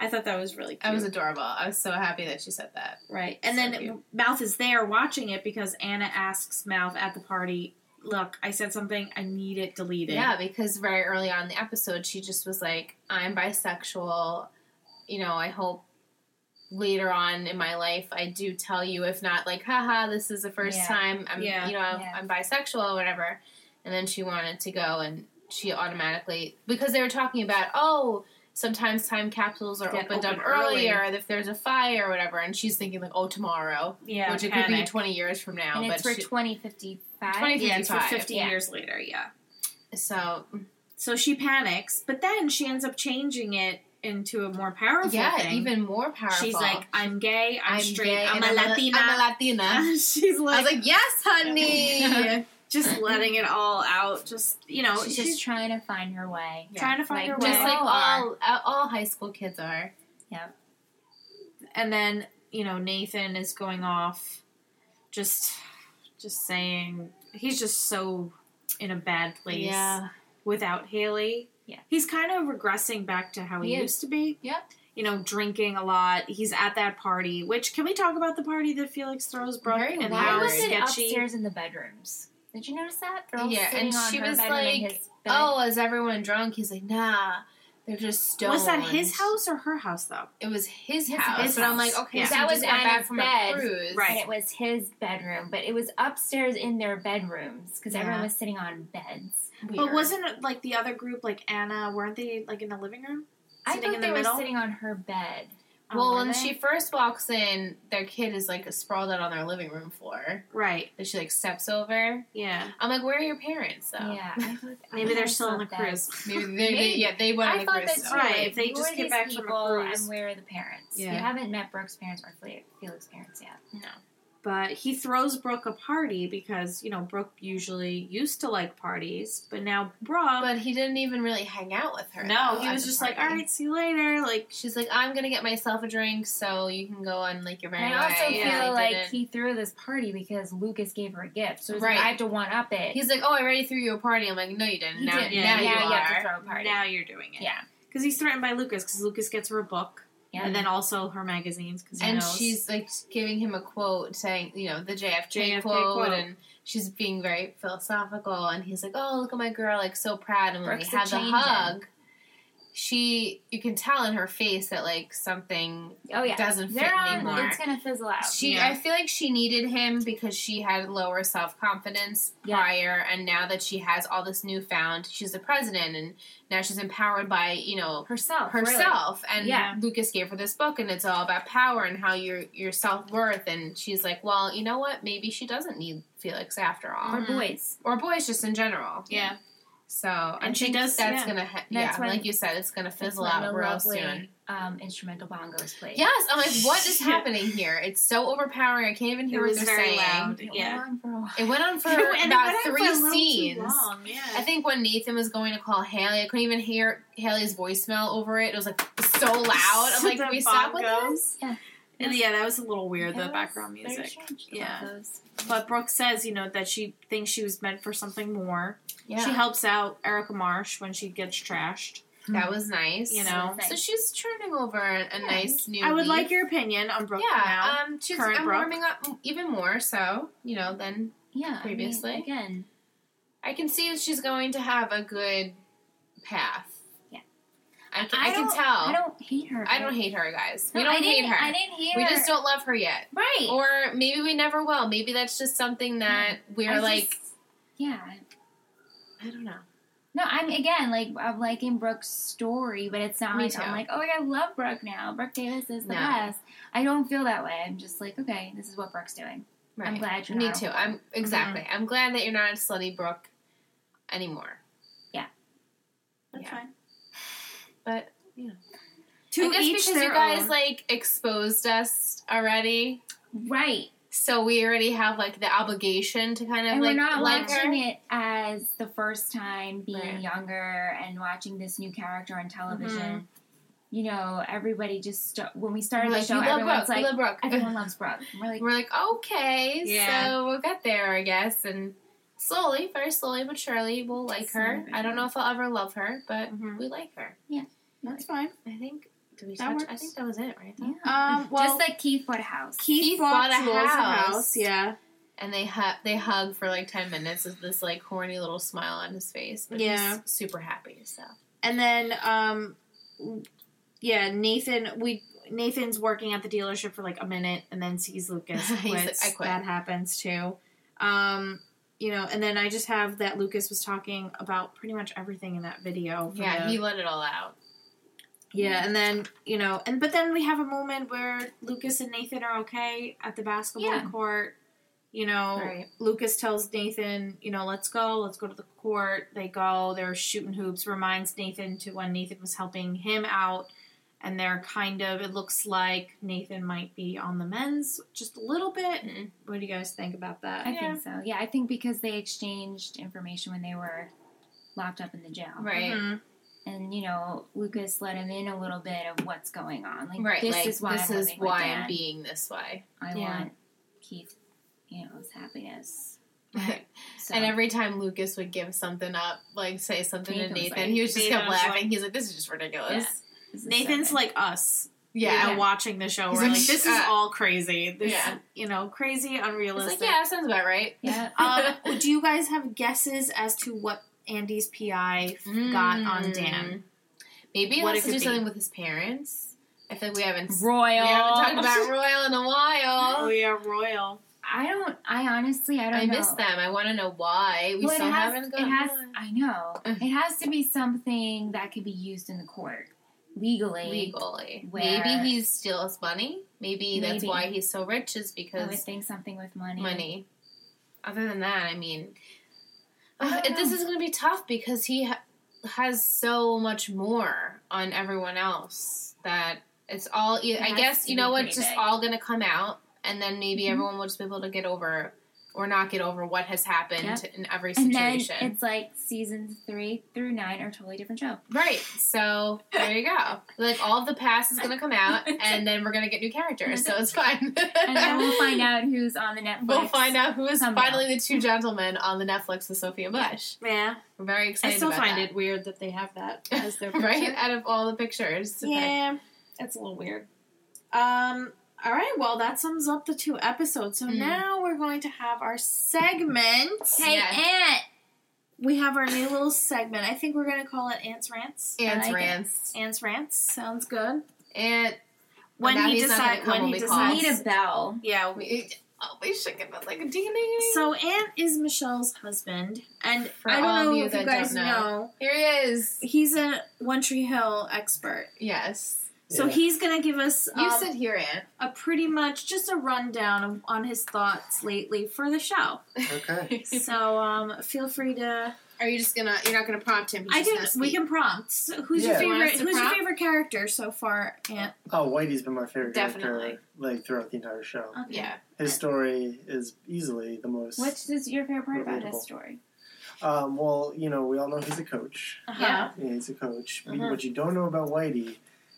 Speaker 3: I thought that was really cute.
Speaker 4: That was adorable. I was so happy that she said that.
Speaker 3: right. And
Speaker 4: so
Speaker 3: then Mouth is there watching it because Anna asks Mouth at the party, Look, I said something, I need it deleted.
Speaker 4: Yeah, because very early on in the episode, she just was like, I'm bisexual. You know, I hope later on in my life I do tell you, if not, like, haha, this is the first
Speaker 5: Yeah.
Speaker 4: time I'm,
Speaker 3: Yeah.
Speaker 4: you know, I'm,
Speaker 5: Yeah.
Speaker 4: I'm bisexual or whatever. And then she wanted to go and she automatically, because they were talking about, oh, sometimes time capsules are
Speaker 3: Get
Speaker 4: opened up
Speaker 3: opened early.
Speaker 4: earlier if there's a fire or whatever. And she's thinking, like, oh, tomorrow,
Speaker 3: Yeah.
Speaker 4: which it could be
Speaker 3: panic.
Speaker 4: 20 years from now.
Speaker 5: And
Speaker 4: but
Speaker 5: it's for
Speaker 4: she-
Speaker 5: 2055.
Speaker 4: 20
Speaker 3: yeah, it's for
Speaker 4: 55,
Speaker 3: 50
Speaker 5: yeah.
Speaker 3: years later, yeah.
Speaker 4: so
Speaker 3: So she panics, but then she ends up changing it into a more powerful
Speaker 4: yeah,
Speaker 3: thing.
Speaker 4: even more powerful.
Speaker 3: She's like, I'm gay, I'm, straight,
Speaker 4: gay
Speaker 3: I'm,
Speaker 4: and
Speaker 3: a Latina.
Speaker 4: I'm a Latina.
Speaker 3: she's
Speaker 4: I
Speaker 3: like,
Speaker 4: was like, yes, honey.
Speaker 3: Yeah. just letting it all out. Just, you know,
Speaker 5: She's
Speaker 3: she's,
Speaker 5: just trying to find her way.
Speaker 4: Yeah.
Speaker 3: trying to find
Speaker 5: like,
Speaker 3: her way.
Speaker 4: Just
Speaker 5: Well,
Speaker 4: like
Speaker 5: you
Speaker 4: all uh, all high school kids are.
Speaker 3: and then, you know, Nathan is going off just just saying he's just so in a bad place
Speaker 4: Yeah.
Speaker 3: without Haley.
Speaker 5: Yeah.
Speaker 3: He's kind of regressing back to how he,
Speaker 4: He is.
Speaker 3: used to be.
Speaker 4: Yep.
Speaker 3: you know, drinking a lot. He's at that party, which can we talk about the party that Felix throws Brooke
Speaker 4: Very
Speaker 3: and
Speaker 4: weird.
Speaker 3: how
Speaker 5: Why was it
Speaker 3: sketchy?
Speaker 5: upstairs in the bedrooms? Did you notice that? They're all
Speaker 4: Yeah,
Speaker 5: sitting
Speaker 4: and
Speaker 5: on
Speaker 4: she
Speaker 5: her
Speaker 4: was
Speaker 5: bedroom in
Speaker 4: like,
Speaker 5: his bed.
Speaker 4: Oh, is everyone drunk? He's like, nah, they're just stoned.
Speaker 3: Was that his house or her house though?
Speaker 4: It was his
Speaker 5: His-
Speaker 4: house.
Speaker 3: his
Speaker 4: but I'm like,
Speaker 3: house.
Speaker 4: okay,
Speaker 3: Yeah.
Speaker 4: so
Speaker 5: That
Speaker 4: you
Speaker 5: was
Speaker 4: just got back
Speaker 5: Anna's
Speaker 4: from a
Speaker 5: bed.
Speaker 4: cruise,
Speaker 3: Right.
Speaker 5: And it was his bedroom, but it was upstairs in their bedrooms because everyone
Speaker 4: Yeah.
Speaker 5: was sitting on beds.
Speaker 3: But wasn't it like the other group, like Anna, weren't they like in the living room?
Speaker 5: I
Speaker 3: Sitting
Speaker 5: think
Speaker 3: in the
Speaker 5: they were
Speaker 3: middle? Oh,
Speaker 5: sitting on her bed.
Speaker 4: well,
Speaker 3: were
Speaker 4: when
Speaker 3: they?
Speaker 4: she first walks in, their kid is like sprawled out on their living room floor
Speaker 3: Right.
Speaker 4: that she like steps over.
Speaker 3: Yeah.
Speaker 4: I'm like, where are your parents though?
Speaker 5: Yeah, I thought-
Speaker 3: Maybe
Speaker 5: I
Speaker 3: they're
Speaker 5: almost
Speaker 3: still on the
Speaker 5: thought that.
Speaker 3: cruise.
Speaker 4: Maybe they, they
Speaker 5: Maybe.
Speaker 4: yeah, they went on
Speaker 5: I
Speaker 4: the
Speaker 5: thought
Speaker 4: cruise.
Speaker 5: that's
Speaker 4: so-
Speaker 3: right. If they
Speaker 5: Who
Speaker 3: just
Speaker 5: are
Speaker 3: get
Speaker 5: these
Speaker 3: back from a
Speaker 5: people,
Speaker 3: cruise.
Speaker 5: and where are the parents?
Speaker 3: Yeah.
Speaker 5: You haven't met Brooke's parents or Fle- Felix's parents yet.
Speaker 4: No.
Speaker 3: But he throws Brooke a party because, you know, Brooke usually used to like parties, but now Brooke.
Speaker 4: But he didn't even really hang out with her.
Speaker 3: no,
Speaker 4: though,
Speaker 3: he
Speaker 4: at
Speaker 3: was
Speaker 4: the
Speaker 3: just like, all
Speaker 4: party.
Speaker 3: right, see you later. Like,
Speaker 4: She's like, I'm gonna get myself a drink, so you can go on like your merry
Speaker 5: And I also
Speaker 4: way.
Speaker 5: feel
Speaker 3: yeah,
Speaker 4: And he
Speaker 5: like
Speaker 4: didn't.
Speaker 5: he threw this party because Lucas gave her a gift, so he's like,
Speaker 4: Right.
Speaker 5: I have to one up it.
Speaker 4: he's like, oh, I already threw you a party. I'm like, no, you didn't.
Speaker 5: He
Speaker 4: now,
Speaker 5: did.
Speaker 3: yeah,
Speaker 4: now
Speaker 5: now
Speaker 4: you,
Speaker 5: you have to
Speaker 4: are.
Speaker 5: throw a party.
Speaker 3: now you're doing it.
Speaker 5: Yeah.
Speaker 3: Because he's threatened by Lucas because Lucas gets her a book
Speaker 5: Yeah.
Speaker 3: and then also her magazines because
Speaker 4: And she's like giving him a quote saying, you know, the JFJ,
Speaker 3: JFK
Speaker 4: quote,
Speaker 3: quote.
Speaker 4: and she's being very philosophical. And he's like, oh, look at my girl, like so proud. And when
Speaker 5: Brooke's
Speaker 4: they
Speaker 5: a
Speaker 4: have the
Speaker 5: changin'.
Speaker 4: hug, she, you can tell in her face that like something
Speaker 5: oh yeah,
Speaker 4: doesn't fit
Speaker 5: they're on.
Speaker 4: anymore.
Speaker 5: It's gonna fizzle out.
Speaker 4: She,
Speaker 3: Yeah.
Speaker 4: I feel like she needed him because she had lower self confidence
Speaker 5: Yeah.
Speaker 4: prior, and now that she has all this newfound, she's the president, and now she's empowered by you know
Speaker 5: herself. really.
Speaker 4: herself. And
Speaker 5: Yeah.
Speaker 4: Lucas gave her this book, and it's all about power and how your your self worth. And she's like, well, you know what? Maybe she doesn't need Felix after all,
Speaker 5: Or boys.
Speaker 4: or boys just in general.
Speaker 3: Yeah.
Speaker 4: So and
Speaker 3: she does-
Speaker 4: That's
Speaker 3: yeah.
Speaker 4: gonna ha-
Speaker 5: That's
Speaker 4: yeah,
Speaker 5: when-
Speaker 4: like you said, it's gonna
Speaker 5: That's
Speaker 4: fizzle
Speaker 5: when
Speaker 4: out
Speaker 5: the
Speaker 4: real
Speaker 5: lovely,
Speaker 4: soon.
Speaker 5: Um, instrumental bongos played.
Speaker 4: Yes, I'm like, what is
Speaker 3: Yeah.
Speaker 4: happening here? It's so overpowering. I can't even
Speaker 3: it
Speaker 4: hear what
Speaker 3: was
Speaker 4: they're
Speaker 3: very
Speaker 4: saying.
Speaker 3: loud.
Speaker 5: It went
Speaker 3: Yeah.
Speaker 5: on for a while.
Speaker 4: It went on for
Speaker 3: And it
Speaker 4: about
Speaker 3: went on for
Speaker 4: three
Speaker 3: a little too
Speaker 4: scenes.
Speaker 3: long, Yeah.
Speaker 4: I think when Nathan was going to call Haley, I couldn't even hear Haley's voicemail over it. It was like so loud. I'm like,
Speaker 3: The
Speaker 4: can we stop with
Speaker 3: bongos.
Speaker 4: this?
Speaker 3: And yeah, that was a little weird,
Speaker 5: That
Speaker 3: the
Speaker 5: was
Speaker 3: background
Speaker 5: very
Speaker 3: music.
Speaker 5: strange, the
Speaker 3: Yeah.
Speaker 5: bongos.
Speaker 3: But Brooke says, you know, that she thinks she was meant for something more.
Speaker 4: Yeah,
Speaker 3: She helps out Erica Marsh when she gets trashed.
Speaker 4: that was nice.
Speaker 3: You know.
Speaker 5: Nice.
Speaker 4: so she's turning over a nice new.
Speaker 3: I would
Speaker 4: leaf.
Speaker 3: like your opinion on Brooke now.
Speaker 4: Yeah, um, she's
Speaker 3: current
Speaker 4: I'm
Speaker 3: Brooke.
Speaker 4: warming up even more. So you know, then
Speaker 5: Yeah. I mean,
Speaker 4: Previously.
Speaker 5: again.
Speaker 4: I can see that she's going to have a good path.
Speaker 5: Yeah.
Speaker 4: I can,
Speaker 5: I
Speaker 4: I can
Speaker 5: don't-
Speaker 4: tell.
Speaker 5: I don't hate her.
Speaker 4: I don't hate her, guys. We
Speaker 5: No, I
Speaker 4: don't hate
Speaker 5: didn't- I
Speaker 4: her.
Speaker 5: didn't hate
Speaker 4: We
Speaker 5: her.
Speaker 4: just don't love her yet.
Speaker 5: Right.
Speaker 4: Or maybe we never will. Maybe that's just something that we're
Speaker 5: I just-
Speaker 4: like,
Speaker 5: Yeah.
Speaker 4: I don't know.
Speaker 5: No, I'm again like I'm liking Brooke's story, but it's not
Speaker 4: Me
Speaker 5: like
Speaker 4: too.
Speaker 5: I'm like, oh, I love Brooke now. Brooke Davis is the
Speaker 4: No.
Speaker 5: best. I don't feel that way. I'm just like, okay, this is what Brooke's doing.
Speaker 4: Right.
Speaker 5: I'm glad you're
Speaker 4: Me
Speaker 5: not Mm-hmm. a
Speaker 4: too.
Speaker 5: whore.
Speaker 4: I'm exactly. I'm glad that you're not a slutty Brooke anymore.
Speaker 5: Yeah.
Speaker 3: That's
Speaker 4: Yeah.
Speaker 3: fine.
Speaker 4: But
Speaker 3: To
Speaker 4: I guess
Speaker 3: each
Speaker 4: because
Speaker 3: their
Speaker 4: you guys
Speaker 3: own.
Speaker 4: like exposed us already,
Speaker 5: Right.
Speaker 4: so we already have like the obligation to kind of
Speaker 5: And
Speaker 4: like
Speaker 5: we're not
Speaker 4: like her.
Speaker 5: watching it as the first time being
Speaker 4: Right.
Speaker 5: younger and watching this new character on television.
Speaker 4: Mm-hmm.
Speaker 5: You know, everybody just st- when we started
Speaker 4: We're
Speaker 5: the
Speaker 4: like, we
Speaker 5: show,
Speaker 4: love
Speaker 5: everyone's
Speaker 4: Brooke. we
Speaker 5: like,
Speaker 4: love Brooke.
Speaker 5: everyone loves Brooke. And We're like,
Speaker 4: we're like, okay,
Speaker 3: Yeah.
Speaker 4: so we'll get there, I guess. And slowly, very slowly but surely, we'll like her.
Speaker 5: Slowly.
Speaker 4: I don't know if I'll ever love her, but
Speaker 3: Mhm.
Speaker 4: we like her.
Speaker 3: That's fine.
Speaker 4: I think. Did we
Speaker 3: That
Speaker 4: touch? I
Speaker 3: works.
Speaker 4: think that was it, right?
Speaker 5: yeah.
Speaker 3: Um, well,
Speaker 5: just like Keith Woodhouse.
Speaker 3: Keith,
Speaker 4: Keith
Speaker 3: bought,
Speaker 4: bought a
Speaker 3: Jules
Speaker 4: house.
Speaker 3: Yeah.
Speaker 4: And they hug. They hug for like ten minutes. With this like horny little smile on his face. But
Speaker 3: Yeah.
Speaker 4: He's super happy. So.
Speaker 3: And then, um, yeah, Nathan, we. Nathan's working at the dealership for like a minute and then sees Lucas
Speaker 4: He's like,
Speaker 3: quits.
Speaker 4: "I quit."
Speaker 3: That happens too. Um, you know, and then I just have that Lucas was talking about pretty much everything in that video. Oh, for
Speaker 4: Yeah,
Speaker 3: the-
Speaker 4: he let it all out.
Speaker 3: Yeah, and then you know, and but then we have a moment where Lucas and Nathan are okay at the basketball
Speaker 5: Yeah.
Speaker 3: court. You know,
Speaker 4: Right.
Speaker 3: Lucas tells Nathan, you know, let's go, let's go to the court. They go, they're shooting hoops. Reminds Nathan to when Nathan was helping him out, and they're kind of. It looks like Nathan might be on the men's just a little bit.
Speaker 4: Mhm.
Speaker 3: What do you guys think about that?
Speaker 5: I think so. Yeah, I think because they exchanged information when they were locked up in the jail.
Speaker 4: Right. Mm-hmm.
Speaker 3: Mhm.
Speaker 5: And you know, Lucas let him in a little bit of what's going on. Like
Speaker 4: Right.
Speaker 5: this
Speaker 4: like,
Speaker 5: is why
Speaker 4: this
Speaker 5: I'm,
Speaker 4: is
Speaker 5: living with
Speaker 4: why I'm
Speaker 5: Dad.
Speaker 4: being this way.
Speaker 5: I
Speaker 3: Yeah.
Speaker 5: want Keith, you know, his happiness. So,
Speaker 4: And every time Lucas would give something up, like say something
Speaker 5: Nathan
Speaker 4: to
Speaker 5: was
Speaker 4: Nathan,
Speaker 5: like-
Speaker 4: he was just
Speaker 3: Nathan
Speaker 4: kept
Speaker 3: was
Speaker 4: laughing.
Speaker 3: like-
Speaker 4: He's like, "This is just ridiculous."
Speaker 5: this is so
Speaker 3: Nathan's
Speaker 5: good.
Speaker 3: like us.
Speaker 4: Yeah,
Speaker 3: you know,
Speaker 5: Yeah.
Speaker 3: watching the show.
Speaker 4: He's
Speaker 3: We're like,
Speaker 4: like,
Speaker 3: this is
Speaker 4: "Shut up."
Speaker 3: all crazy. This,
Speaker 4: Yeah.
Speaker 3: you know, crazy,
Speaker 4: It's
Speaker 3: unrealistic.
Speaker 4: like, yeah, that sounds about right.
Speaker 5: yeah.
Speaker 3: um, do you guys have guesses as to what Andy's PI got on
Speaker 4: Mm.
Speaker 5: Mm.
Speaker 3: Dan?
Speaker 4: Maybe he
Speaker 3: What
Speaker 4: has
Speaker 3: it
Speaker 4: to do
Speaker 3: could be.
Speaker 4: something with his parents. I feel like we haven't s-
Speaker 5: Royal.
Speaker 4: we haven't talked about Royal in a
Speaker 3: Oh
Speaker 4: while.
Speaker 3: yeah, Royal.
Speaker 5: I don't. I honestly, I don't.
Speaker 4: I
Speaker 5: know.
Speaker 4: miss them. I want to know why we
Speaker 5: Well,
Speaker 4: still
Speaker 5: it has,
Speaker 4: haven't
Speaker 5: it
Speaker 4: gone.
Speaker 5: has. I know. It has to be something that could be used in the court. legally.
Speaker 4: legally.
Speaker 5: Where-
Speaker 4: Maybe he steals money. Maybe, that's
Speaker 5: Maybe. Oh,
Speaker 4: why he's so rich is
Speaker 5: I would
Speaker 4: because
Speaker 5: think something with money.
Speaker 4: money. Other than that, I mean,
Speaker 5: I don't
Speaker 4: uh, this
Speaker 5: know.
Speaker 4: is going to be tough because he ha- has so much more on everyone else that it's all. e-,
Speaker 5: It
Speaker 4: I
Speaker 5: has
Speaker 4: guess
Speaker 5: to
Speaker 4: you
Speaker 5: be
Speaker 4: know what,
Speaker 5: pretty
Speaker 4: it's just
Speaker 5: big.
Speaker 4: all going to come out, and then maybe
Speaker 5: Mhm.
Speaker 4: everyone will just be able to get over or not get over what has happened
Speaker 5: Yep.
Speaker 4: in every
Speaker 5: And then
Speaker 4: situation.
Speaker 5: it's like season three through nine are totally different show.
Speaker 4: Right, so there you go. Like all of the past is gonna come out, and then we're gonna get new characters, so it's fine.
Speaker 5: And then we'll find out who's on the Netflix.
Speaker 4: We'll find out who is
Speaker 5: Somehow.
Speaker 4: finally the two gentlemen on the Netflix with Sophia Bush.
Speaker 3: Yeah.
Speaker 4: We're very
Speaker 3: I
Speaker 4: excited.
Speaker 3: still
Speaker 4: about
Speaker 3: find
Speaker 4: that.
Speaker 3: it weird that they have that as their
Speaker 4: right
Speaker 3: picture.
Speaker 4: out of all the pictures.
Speaker 3: Yeah, that's a little weird. Um. All right. Well, that sums up the two episodes. So
Speaker 4: Mm.
Speaker 3: now we're going to have our segment.
Speaker 7: Hey,
Speaker 4: Yeah.
Speaker 7: Aunt!
Speaker 3: We have our new little segment. I think we're going to call it Ants Rants.
Speaker 4: Ants
Speaker 5: I like it.
Speaker 4: rants.
Speaker 3: Ants Rants sounds good.
Speaker 4: And
Speaker 3: When
Speaker 4: Now
Speaker 3: he
Speaker 4: he's not gonna
Speaker 3: decides,
Speaker 4: come
Speaker 3: when
Speaker 4: when
Speaker 3: he
Speaker 4: we call.
Speaker 3: decides,
Speaker 5: We need a bell.
Speaker 3: yeah. we-
Speaker 4: we oh, we should give it like a ding ding ding.
Speaker 3: So Ant is Michelle's husband, and
Speaker 4: For
Speaker 3: I
Speaker 4: all
Speaker 3: don't
Speaker 4: of
Speaker 3: know
Speaker 4: you
Speaker 3: if you
Speaker 4: that don't
Speaker 3: guys know.
Speaker 4: know. here he is.
Speaker 3: he's a One Tree Hill expert.
Speaker 4: Yes,
Speaker 3: So
Speaker 1: Yeah.
Speaker 3: he's going to give us
Speaker 4: you
Speaker 3: um,
Speaker 4: sit here, Aunt.
Speaker 3: a pretty much just a rundown of, on his thoughts lately for the show.
Speaker 1: Okay.
Speaker 3: so um, feel free to.
Speaker 4: Are you just gonna? You're not gonna prompt him. He's
Speaker 3: I
Speaker 4: just
Speaker 3: can.
Speaker 4: gonna
Speaker 3: We
Speaker 4: speak.
Speaker 3: can prompt. So who's your
Speaker 1: Yeah.
Speaker 4: You want us
Speaker 3: favorite?
Speaker 4: to
Speaker 3: Who's your
Speaker 4: prompt?
Speaker 3: favorite character so far? Aunt.
Speaker 1: Oh, Whitey's been my favorite
Speaker 4: Definitely.
Speaker 1: character like throughout the entire show.
Speaker 3: Okay.
Speaker 4: Yeah.
Speaker 1: His story is easily the most.
Speaker 5: What's this, your favorite part about
Speaker 1: Relatable.
Speaker 5: his story?
Speaker 1: Um, well, you know, we all know he's a coach.
Speaker 3: Uh-huh.
Speaker 4: Yeah.
Speaker 1: Yeah, he's a coach. But
Speaker 4: Mhm.
Speaker 1: What you don't know about Whitey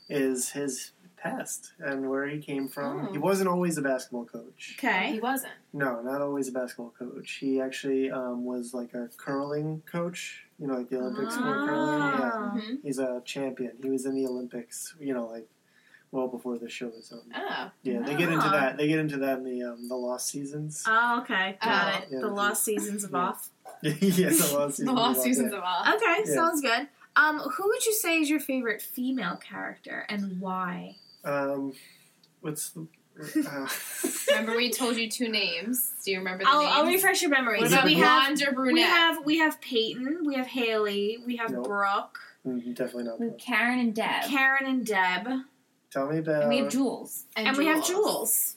Speaker 1: is his past and where he came from.
Speaker 4: Oh.
Speaker 1: He wasn't always a basketball coach.
Speaker 3: Okay.
Speaker 4: He wasn't.
Speaker 1: No, not always a basketball coach. He actually um, was like a curling coach. You know, like the Olympics for curling. Yeah.
Speaker 3: Ah.
Speaker 4: hmm
Speaker 1: He's a champion. He was in the Olympics. You know, like well before the show was on.
Speaker 4: Oh,
Speaker 1: Yeah, they get into
Speaker 3: Ah.
Speaker 1: that. They get into that in the um, the lost seasons.
Speaker 3: Oh, okay. Got
Speaker 1: Oh.
Speaker 3: it.
Speaker 1: Yeah,
Speaker 3: the
Speaker 1: we-
Speaker 3: lost seasons of
Speaker 1: yeah.
Speaker 3: off.
Speaker 1: yes, the lost seasons.
Speaker 4: the lost
Speaker 1: about
Speaker 4: seasons
Speaker 1: that.
Speaker 4: of all.
Speaker 3: Okay,
Speaker 1: Yeah.
Speaker 3: sounds good. Um, who would you say is your favorite female character and why?
Speaker 1: Um, what's the? Uh,
Speaker 4: Remember, we told you two names. Do you remember the
Speaker 3: I'll,
Speaker 4: names?
Speaker 3: I'll refresh your memory.
Speaker 4: What
Speaker 1: So
Speaker 4: about
Speaker 3: we have
Speaker 4: blonde or brunette?
Speaker 3: we have we have Peyton, we have Haley, we have
Speaker 1: Nope.
Speaker 3: Brooke,
Speaker 1: mm, definitely not.
Speaker 5: With
Speaker 1: Brooke.
Speaker 5: Karen and Deb.
Speaker 3: Karen, and Deb,
Speaker 1: Tell me about.
Speaker 5: and we have Jules.
Speaker 3: and, we have
Speaker 4: Jules.
Speaker 3: Jules.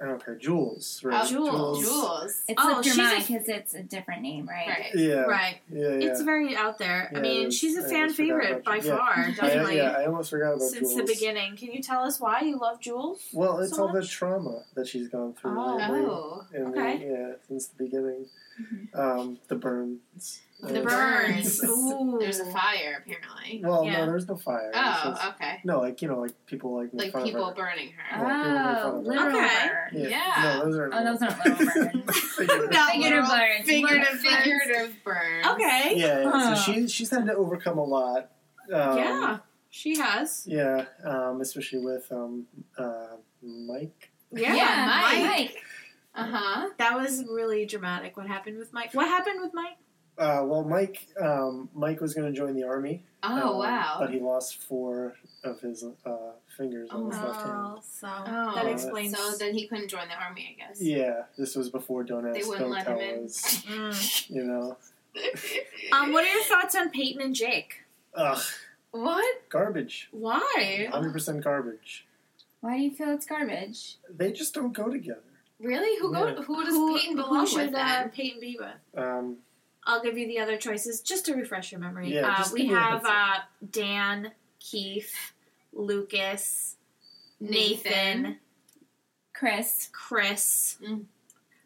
Speaker 1: Okay, Jules.
Speaker 4: Oh,
Speaker 1: Right.
Speaker 3: Uh, Jules.
Speaker 4: Jules.
Speaker 5: It
Speaker 3: Oh,
Speaker 5: slipped your
Speaker 3: she's a-
Speaker 5: mind because it's a different name, right?
Speaker 4: Right.
Speaker 1: Yeah.
Speaker 3: Right,
Speaker 1: Yeah. Yeah.
Speaker 3: it's very out there. I
Speaker 1: Yeah,
Speaker 3: mean,
Speaker 1: it's-
Speaker 3: she's a
Speaker 1: I
Speaker 3: fan
Speaker 1: almost forgot
Speaker 3: favorite
Speaker 1: about
Speaker 3: by
Speaker 1: Jules. Yeah.
Speaker 3: far,
Speaker 1: I,
Speaker 3: definitely
Speaker 1: yeah, I almost forgot about
Speaker 3: since
Speaker 1: Jules.
Speaker 3: the beginning. Can you tell us why you love Jules?
Speaker 1: Well, it's
Speaker 3: so
Speaker 1: all the
Speaker 3: much?
Speaker 1: trauma that she's gone through
Speaker 3: Oh.
Speaker 1: lately.
Speaker 4: Oh.
Speaker 1: and
Speaker 3: okay.
Speaker 1: the, yeah, since the beginning.
Speaker 5: Mm-hmm.
Speaker 1: Um, the burns.
Speaker 4: The
Speaker 1: Uh,
Speaker 4: burns.
Speaker 3: Ooh.
Speaker 4: There's a fire, apparently.
Speaker 1: Well,
Speaker 3: Yeah.
Speaker 1: no, there's no fire. It's just-
Speaker 4: Oh, okay.
Speaker 1: No, like you know, like people like make
Speaker 4: Like
Speaker 1: fun
Speaker 4: people
Speaker 1: Of her.
Speaker 4: burning her.
Speaker 1: Yeah,
Speaker 5: Oh,
Speaker 1: people make fun
Speaker 5: literal
Speaker 3: Okay.
Speaker 5: burn.
Speaker 4: Yeah.
Speaker 1: No, those are.
Speaker 5: Oh, those aren't little burns.
Speaker 3: No,
Speaker 5: Figurative
Speaker 4: Oh,
Speaker 5: burns.
Speaker 4: Figurative,
Speaker 5: Look, burns.
Speaker 4: figurative burns.
Speaker 3: Okay.
Speaker 1: Yeah.
Speaker 5: Huh.
Speaker 1: So she she's had to overcome a lot. Um,
Speaker 3: yeah, she has.
Speaker 1: Yeah. Um, especially with um, uh, Mike.
Speaker 3: Yeah,
Speaker 4: Yeah,
Speaker 5: Mike.
Speaker 4: Mike. Uh huh.
Speaker 3: That was really dramatic. What happened with Mike? What happened with Mike?
Speaker 1: Uh, well, Mike. Um, Mike was going to join the army.
Speaker 4: Oh
Speaker 1: um,
Speaker 4: wow.
Speaker 1: But he lost four of his uh, fingers on his left hand.
Speaker 3: so
Speaker 4: Oh,
Speaker 3: that explains.
Speaker 4: So then he couldn't join the army, I guess.
Speaker 1: Yeah, this was before Don't Ask,
Speaker 4: They wouldn't
Speaker 1: Don't
Speaker 4: let
Speaker 1: Tell
Speaker 4: him in.
Speaker 1: us.
Speaker 3: Mm.
Speaker 1: You know,
Speaker 3: Um, what are your thoughts on Peyton and Jake?
Speaker 1: ugh,
Speaker 4: What?
Speaker 1: garbage.
Speaker 3: Why?
Speaker 1: Hundred percent garbage.
Speaker 5: Why do you feel it's garbage?
Speaker 1: They just don't go together.
Speaker 4: Really? Who
Speaker 1: Yeah.
Speaker 4: go? Who does Peyton belong
Speaker 3: who should
Speaker 4: with?
Speaker 3: uh,
Speaker 4: Then?
Speaker 3: Peyton be with?
Speaker 1: Um,
Speaker 3: I'll give you the other choices just to refresh your memory.
Speaker 1: Yeah,
Speaker 3: uh,
Speaker 1: just
Speaker 3: we
Speaker 1: give me a
Speaker 3: have
Speaker 1: heads
Speaker 3: uh, Dan, Keith, Lucas, Nathan,
Speaker 5: Chris.
Speaker 3: Chris,
Speaker 4: Mm.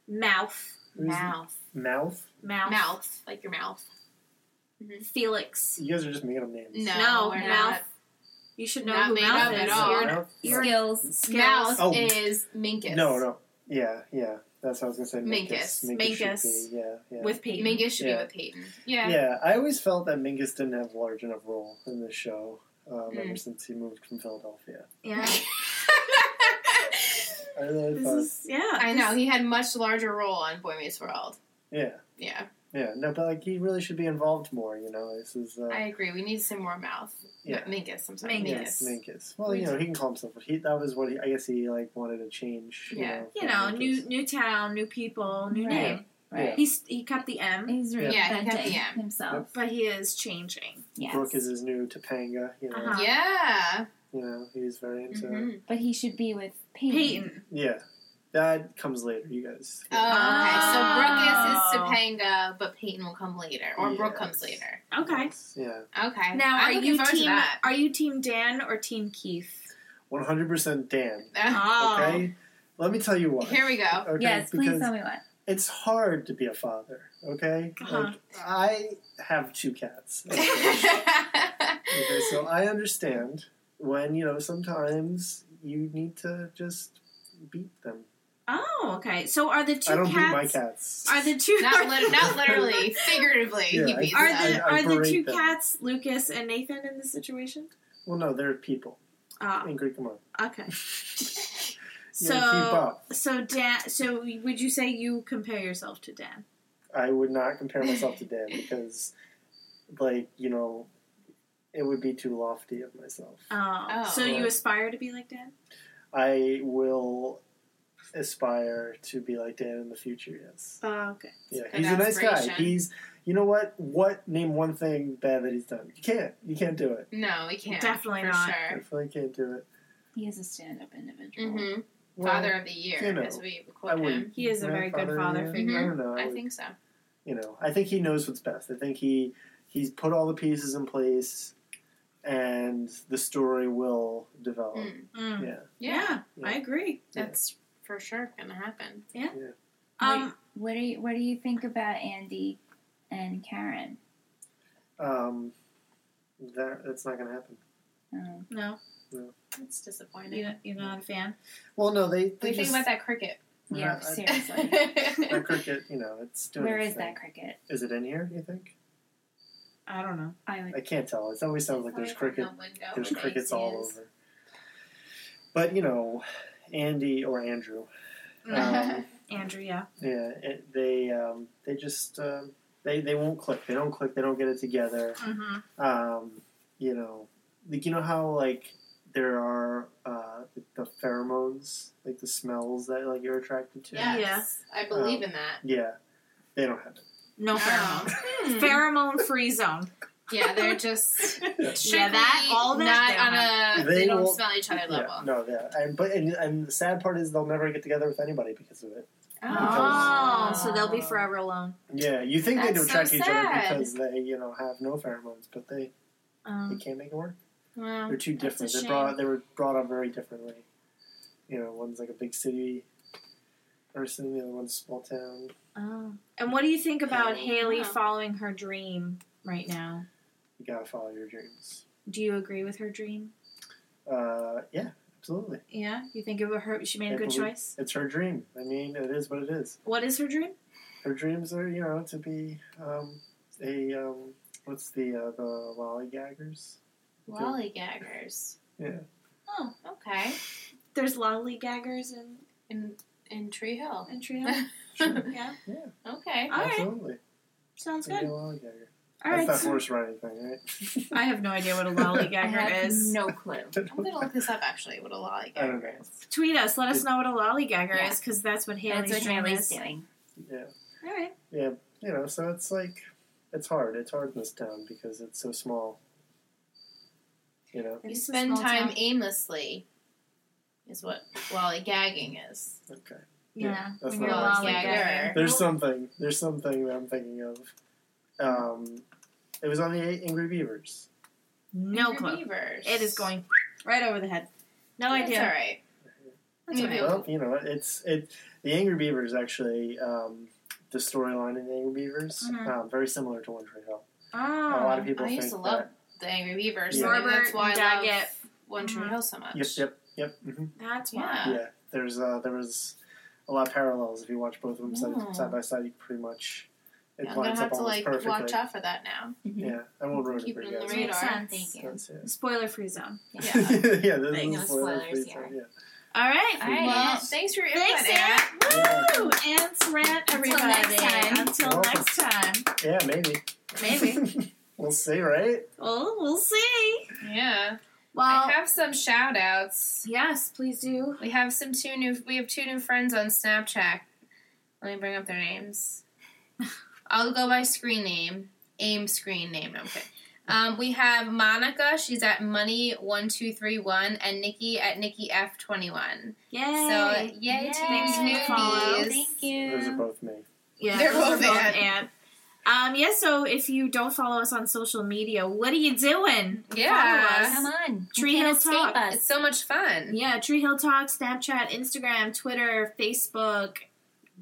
Speaker 3: Mouth,
Speaker 1: who's
Speaker 4: Mouth.
Speaker 1: mouth?
Speaker 3: Mouth,
Speaker 4: Mouth. Like your mouth.
Speaker 3: Felix.
Speaker 1: You guys are just making up names.
Speaker 4: No,
Speaker 3: No,
Speaker 4: we're
Speaker 3: mouth. You should know
Speaker 4: Not
Speaker 3: who
Speaker 4: made
Speaker 3: Mouth
Speaker 4: up
Speaker 3: is.
Speaker 4: at all.
Speaker 3: You're an,
Speaker 1: Mouth?
Speaker 3: you're an
Speaker 5: Skills.
Speaker 4: not. Mouth
Speaker 1: Oh.
Speaker 4: is Minkus.
Speaker 1: No, no. Yeah, yeah. That's what I was gonna say.
Speaker 4: Minkus.
Speaker 1: Minkus.
Speaker 3: Minkus.
Speaker 1: should be, yeah, yeah.
Speaker 3: with Peyton.
Speaker 4: Minkus should
Speaker 1: Yeah.
Speaker 4: be with Peyton. Yeah.
Speaker 1: yeah, I always felt that Minkus didn't have a large enough role in this show. Um,
Speaker 4: Mm.
Speaker 1: Ever since he moved from Philadelphia,
Speaker 3: Yeah.
Speaker 1: I really
Speaker 3: This
Speaker 1: thought.
Speaker 3: is, yeah.
Speaker 4: I know
Speaker 3: this-
Speaker 4: he had much larger role on Boy Meets World.
Speaker 1: Yeah,
Speaker 4: Yeah,
Speaker 1: yeah. No, but like he really should be involved more. You know, this is. Uh,
Speaker 4: I agree. We need some more mouth.
Speaker 1: Yeah.
Speaker 4: M- Minkus. I'm sorry,
Speaker 3: Minkus.
Speaker 4: Minkus.
Speaker 1: Minkus. Well, you know, he can call himself. He that was what he, I guess he like wanted to change.
Speaker 4: Yeah.
Speaker 1: You
Speaker 3: You
Speaker 1: know,
Speaker 3: know,
Speaker 1: from
Speaker 3: new
Speaker 1: Minkus.
Speaker 3: new town, new people, new
Speaker 5: Right.
Speaker 3: name.
Speaker 5: right?
Speaker 3: He's he kept the M,
Speaker 5: He's
Speaker 4: Yeah, he
Speaker 5: reinventing
Speaker 4: kept the M.
Speaker 5: himself.
Speaker 3: but he is changing.
Speaker 5: Yes.
Speaker 1: Brooke is his new Topanga. You know,
Speaker 3: Uh-huh.
Speaker 4: Yeah.
Speaker 1: you know he's very into.
Speaker 3: Mm-hmm.
Speaker 4: Mhm.
Speaker 5: But he should be with Peyton.
Speaker 3: Peyton.
Speaker 1: Yeah, that comes later. You guys.
Speaker 4: Oh,
Speaker 3: Oh.
Speaker 4: okay. Oh, So Brooke is his Topanga, but Peyton will come later, or Brooke
Speaker 1: Yes.
Speaker 4: comes later.
Speaker 3: Okay.
Speaker 1: Yeah,
Speaker 4: Okay.
Speaker 3: Now,
Speaker 4: I'm
Speaker 3: are
Speaker 4: looking
Speaker 3: you
Speaker 4: forward to
Speaker 3: team?
Speaker 4: that.
Speaker 3: Are you team Dan or team Keith?
Speaker 1: one hundred percent Dan.
Speaker 3: Oh,
Speaker 1: Okay, let me tell you why.
Speaker 4: Here we go.
Speaker 1: Okay,
Speaker 5: yes, please
Speaker 1: because
Speaker 5: tell me what.
Speaker 1: it's hard to be a father. Okay,
Speaker 3: Uh-huh.
Speaker 1: like I have two cats. Okay? Okay, so I understand when you know sometimes you need to just beat them.
Speaker 3: Oh, okay. So are the two
Speaker 1: I don't
Speaker 3: cats?
Speaker 1: beat my cats.
Speaker 3: Are the two?
Speaker 4: not, lit- not literally, figuratively.
Speaker 1: Yeah,
Speaker 4: he
Speaker 1: I-
Speaker 4: beats
Speaker 3: Are
Speaker 1: I-
Speaker 3: the
Speaker 1: I
Speaker 3: are the
Speaker 1: berate
Speaker 3: two
Speaker 1: them.
Speaker 3: cats Lucas and Nathan in this situation?
Speaker 1: well, no, they're people.
Speaker 3: Ah,
Speaker 1: Ingrid, come on.
Speaker 3: okay.
Speaker 1: You know, keep
Speaker 3: So
Speaker 1: up.
Speaker 3: so Dan. So would you say you compare yourself to Dan?
Speaker 1: I would not compare myself to Dan because, like, you know, it would be too lofty of myself.
Speaker 3: Oh,
Speaker 4: Oh.
Speaker 3: so you aspire to be like Dan?
Speaker 1: I will aspire to be like Dan in the future, yes.
Speaker 3: Oh, okay.
Speaker 1: Yeah,
Speaker 4: Good
Speaker 1: he's a nice guy.
Speaker 4: aspiration.
Speaker 1: He's, you know what? What name one thing bad that he's done? You can't. You can't do it.
Speaker 4: No, we can't.
Speaker 3: Definitely
Speaker 4: for
Speaker 3: not.
Speaker 1: I
Speaker 4: Sure.
Speaker 1: Definitely can't do it.
Speaker 5: He is a stand-up individual.
Speaker 3: Mm-hmm.
Speaker 4: hmm
Speaker 1: Well,
Speaker 4: Father of the year,
Speaker 1: you know,
Speaker 4: as we
Speaker 1: I
Speaker 4: quote
Speaker 1: wouldn't.
Speaker 4: him.
Speaker 3: um, He is a
Speaker 1: Yeah,
Speaker 3: very good
Speaker 1: of the
Speaker 3: father
Speaker 1: year.
Speaker 3: figure.
Speaker 1: I don't know. I,
Speaker 4: I
Speaker 1: would-
Speaker 4: think so.
Speaker 1: you know, I think he knows what's best. I think he he's put all the pieces in place, and the story will develop.
Speaker 4: Mm.
Speaker 3: Mm.
Speaker 1: Yeah,
Speaker 4: Yeah,
Speaker 3: I agree.
Speaker 4: that's for sure gonna happen.
Speaker 3: Um,
Speaker 5: What do you What do you think about Andy and Karen?
Speaker 1: um, that that's not gonna happen.
Speaker 5: Um,
Speaker 3: no,
Speaker 4: That's disappointing.
Speaker 3: you, you're not a fan.
Speaker 1: Well, no, they
Speaker 4: We
Speaker 1: they
Speaker 4: think
Speaker 1: just
Speaker 4: about that cricket.
Speaker 5: yeah,
Speaker 1: I-
Speaker 5: seriously.
Speaker 1: that cricket. You know, it's doing.
Speaker 5: Where
Speaker 1: its
Speaker 5: is that
Speaker 1: thing.
Speaker 5: cricket?
Speaker 1: Is it in here? You think?
Speaker 3: I don't know.
Speaker 5: I would.
Speaker 1: I can't tell. It always sounds like there's cricket. There's crickets all over. But you know, Andy or Andrew. Um,
Speaker 3: Andrew, yeah.
Speaker 1: Yeah, it, they um, they just um, they they won't click. They don't click. They don't get it together.
Speaker 3: Mm-hmm.
Speaker 1: Um, you know, like you know how like there are uh, the, the pheromones, like the smells that like you're attracted to.
Speaker 3: Yeah.
Speaker 4: Yes, I believe
Speaker 1: Um,
Speaker 4: in that.
Speaker 1: Yeah, they don't have it.
Speaker 3: No pheromones.
Speaker 4: Hmm.
Speaker 3: Pheromone free zone.
Speaker 4: Yeah, they're just
Speaker 3: Yeah, that- all that they
Speaker 4: not
Speaker 3: don't
Speaker 4: on a
Speaker 1: They
Speaker 4: they, don't
Speaker 1: will-
Speaker 4: smell each other
Speaker 1: Yeah,
Speaker 4: level.
Speaker 1: no, yeah, and but and, and the sad part is they'll never get together with anybody because of it.
Speaker 3: Oh,
Speaker 1: Oh.
Speaker 3: so they'll be forever alone.
Speaker 1: Yeah, you think they
Speaker 4: That's
Speaker 1: don't
Speaker 4: so
Speaker 1: attract each other
Speaker 4: sad.
Speaker 1: because they you know have no pheromones, but they they
Speaker 3: Um,
Speaker 1: can't make it work.
Speaker 4: Well,
Speaker 1: They're too
Speaker 4: Mm. That's a
Speaker 1: different. They
Speaker 4: shame.
Speaker 1: brought they were brought up very differently. You know, one's like a big city person, the other one's small town.
Speaker 3: oh. And what do you think about
Speaker 4: Yeah.
Speaker 3: Haley
Speaker 4: Yeah.
Speaker 3: following her dream right now?
Speaker 1: You gotta follow your dreams.
Speaker 3: Do you agree with her dream?
Speaker 1: Uh, yeah, absolutely.
Speaker 3: Yeah, you think it was her. She made a
Speaker 1: I
Speaker 3: good
Speaker 1: believe-
Speaker 3: choice.
Speaker 1: It's her dream. I mean, it is what it is.
Speaker 3: What is her dream?
Speaker 1: Her dreams are, you know, to be um, a um, what's the uh, the lollygaggers?
Speaker 4: lollygaggers.
Speaker 1: Yeah.
Speaker 3: Oh,
Speaker 4: Okay.
Speaker 3: there's lollygaggers in
Speaker 4: In in Tree Hill.
Speaker 3: in Trio.
Speaker 1: Sure.
Speaker 3: yeah,
Speaker 4: Okay.
Speaker 3: All right.
Speaker 1: absolutely.
Speaker 3: sounds
Speaker 1: To be a
Speaker 3: good.
Speaker 1: lollygagger.
Speaker 3: All
Speaker 1: That's
Speaker 3: right,
Speaker 1: not
Speaker 3: so-
Speaker 1: horse riding thing, right?
Speaker 3: I have no idea what a
Speaker 5: I
Speaker 3: lollygagger
Speaker 5: have
Speaker 3: is.
Speaker 5: no clue.
Speaker 4: I'm gonna look this up actually. What a
Speaker 1: I don't know.
Speaker 4: lollygagger is.
Speaker 3: Tweet us. Let us know what a lollygagger
Speaker 5: Yeah.
Speaker 3: is, because that's what Haley's
Speaker 5: That's what
Speaker 3: dream
Speaker 5: Haley's
Speaker 3: is.
Speaker 5: doing.
Speaker 1: Yeah.
Speaker 3: All right.
Speaker 1: you know, so it's like it's hard. It's hard in this town because it's so small. You know,
Speaker 4: You
Speaker 5: It's a
Speaker 4: spend
Speaker 5: small
Speaker 4: time
Speaker 5: town.
Speaker 4: aimlessly, is what lollygagging is.
Speaker 1: okay.
Speaker 3: Yeah.
Speaker 1: that's
Speaker 3: when you're a
Speaker 1: not-
Speaker 3: lollygagger.
Speaker 1: There's something. There's something that I'm thinking of. Um, it was on the Angry Beavers.
Speaker 3: No
Speaker 4: Angry
Speaker 3: clue.
Speaker 4: Beavers.
Speaker 3: It is going right over the head. No
Speaker 4: That's
Speaker 3: idea.
Speaker 4: all right.
Speaker 3: That's okay.
Speaker 4: Maybe
Speaker 1: Well, you know, it's it. The Angry Beavers actually. Um, the storyline in the Angry Beavers
Speaker 3: Mhm.
Speaker 1: um, very similar to One Tree Hill.
Speaker 3: Oh.
Speaker 1: a lot of
Speaker 4: Mm-hmm.
Speaker 1: people
Speaker 4: I
Speaker 1: think
Speaker 4: used to love
Speaker 1: that.
Speaker 4: the Angry Beavers.
Speaker 1: Yeah.
Speaker 4: so maybe
Speaker 3: Norbert
Speaker 4: that's why
Speaker 3: and
Speaker 4: I love
Speaker 3: Daggett.
Speaker 4: One Tree
Speaker 3: Mhm.
Speaker 4: Hill so much.
Speaker 1: Yep, yep, yep. hmm
Speaker 3: That's why.
Speaker 4: Yeah.
Speaker 1: Yeah, there's uh, there was a lot of parallels. If you watch both of them
Speaker 4: Yeah.
Speaker 1: side, side by side, you pretty much it
Speaker 4: Mm. Yeah, I'm gonna
Speaker 1: lines
Speaker 4: have
Speaker 1: up
Speaker 4: to
Speaker 1: almost
Speaker 4: like
Speaker 1: perfectly.
Speaker 4: watch out for that now.
Speaker 1: Yeah, I won't ruin it
Speaker 4: Keep
Speaker 1: for
Speaker 4: it
Speaker 1: you
Speaker 4: on the
Speaker 1: guys.
Speaker 4: radar.
Speaker 3: Makes sense.
Speaker 5: Thank you.
Speaker 1: That's it.
Speaker 3: Spoiler free zone.
Speaker 5: Yeah.
Speaker 1: yeah, this
Speaker 5: Thank
Speaker 1: is
Speaker 5: you.
Speaker 1: a spoiler
Speaker 5: Spoilers,
Speaker 1: free
Speaker 5: yeah.
Speaker 1: zone, yeah.
Speaker 3: All right.
Speaker 5: All right.
Speaker 4: Well,
Speaker 5: Well,
Speaker 4: thanks for your
Speaker 3: Thanks,
Speaker 4: input,
Speaker 3: Ann.
Speaker 4: Ann.
Speaker 3: Woo! Ants rant,
Speaker 5: Until
Speaker 3: everybody.
Speaker 5: next time.
Speaker 3: Until
Speaker 1: Welcome.
Speaker 3: next time.
Speaker 1: Yeah, maybe. Maybe. we'll see, right?
Speaker 3: Oh, we'll see.
Speaker 4: Yeah.
Speaker 3: Well,
Speaker 4: I have some shout outs.
Speaker 3: yes, please do.
Speaker 4: We have some two new we have two new friends on Snapchat. Let me bring up their names. I'll go by screen name. AIM screen name. I'm kidding. Um, we have Monica. She's at Money1231 and Nikki at Nikki f 21 So,
Speaker 8: Yay.
Speaker 4: yay, to these
Speaker 8: Yay. Follow.
Speaker 4: newbies.
Speaker 5: Thank
Speaker 1: Those are
Speaker 5: you.
Speaker 1: both me.
Speaker 3: Yeah,
Speaker 4: They're
Speaker 3: those are
Speaker 4: both at.
Speaker 3: at. Um, yeah, so if you don't follow us on social media, what are you doing?
Speaker 4: Yeah.
Speaker 5: Come on.
Speaker 3: Tree
Speaker 5: you
Speaker 3: Hill
Speaker 5: can't escape
Speaker 3: Talk.
Speaker 5: us.
Speaker 4: It's so much fun.
Speaker 3: Yeah, Tree Hill Talk, Snapchat, Instagram, Twitter, Facebook,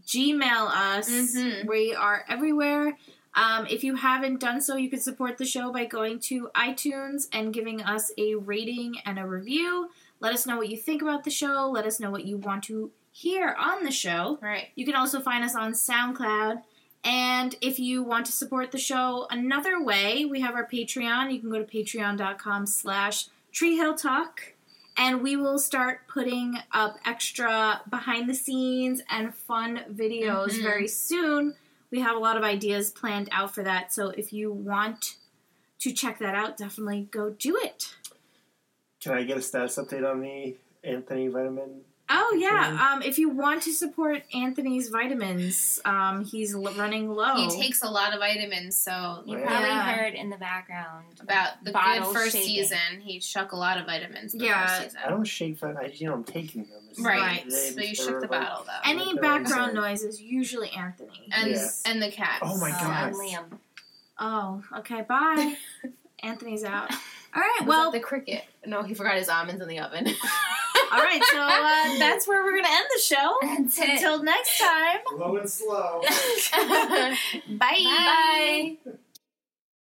Speaker 3: Gmail us.
Speaker 4: Mhm.
Speaker 3: We are everywhere. Um, if you haven't done so, you can support the show by going to iTunes and giving us a rating and a review. Let us know what you think about the show. Let us know what you want to hear on the show.
Speaker 4: Right.
Speaker 3: You can also find us on SoundCloud. And if you want to support the show another way, we have our Patreon. You can go to patreon.com slash treehilltalk. And we will start putting up extra behind the scenes and fun videos
Speaker 4: Mhm.
Speaker 3: very soon. We have a lot of ideas planned out for that. So if you want to check that out, definitely go do it.
Speaker 1: Can I get a status update on the Anthony Vitamin?
Speaker 3: Oh
Speaker 1: Okay.
Speaker 3: yeah! Um, if you want to support Anthony's vitamins, um, he's l- running low.
Speaker 4: He takes a lot of vitamins, so
Speaker 5: You
Speaker 1: Yeah.
Speaker 5: probably
Speaker 3: Yeah.
Speaker 5: heard in the background
Speaker 4: about the
Speaker 5: Bottle
Speaker 4: good first
Speaker 5: shaking.
Speaker 4: season, he shook a lot of vitamins. The
Speaker 3: Yeah.
Speaker 4: first
Speaker 1: I
Speaker 4: season.
Speaker 1: don't shake them. I, you know, I'm taking them. It's not
Speaker 4: Right.
Speaker 1: like they-
Speaker 4: So you
Speaker 1: they're
Speaker 4: shook the
Speaker 1: like-
Speaker 4: bottle though.
Speaker 1: And-
Speaker 3: Any
Speaker 1: Like,
Speaker 3: background
Speaker 1: they're
Speaker 3: noise is usually Anthony.
Speaker 4: And
Speaker 1: Yes.
Speaker 4: and the cats.
Speaker 1: Oh my
Speaker 5: uh,
Speaker 1: God.
Speaker 5: Liam.
Speaker 3: Oh, okay. Bye. Anthony's out. All right.
Speaker 4: Was
Speaker 3: Well,
Speaker 4: that the cricket. No, he forgot his almonds in the oven.
Speaker 3: all right. So uh, that's where we're gonna end the show.
Speaker 5: That's it.
Speaker 3: Until next time.
Speaker 1: Low and slow.
Speaker 3: Bye.
Speaker 5: Bye.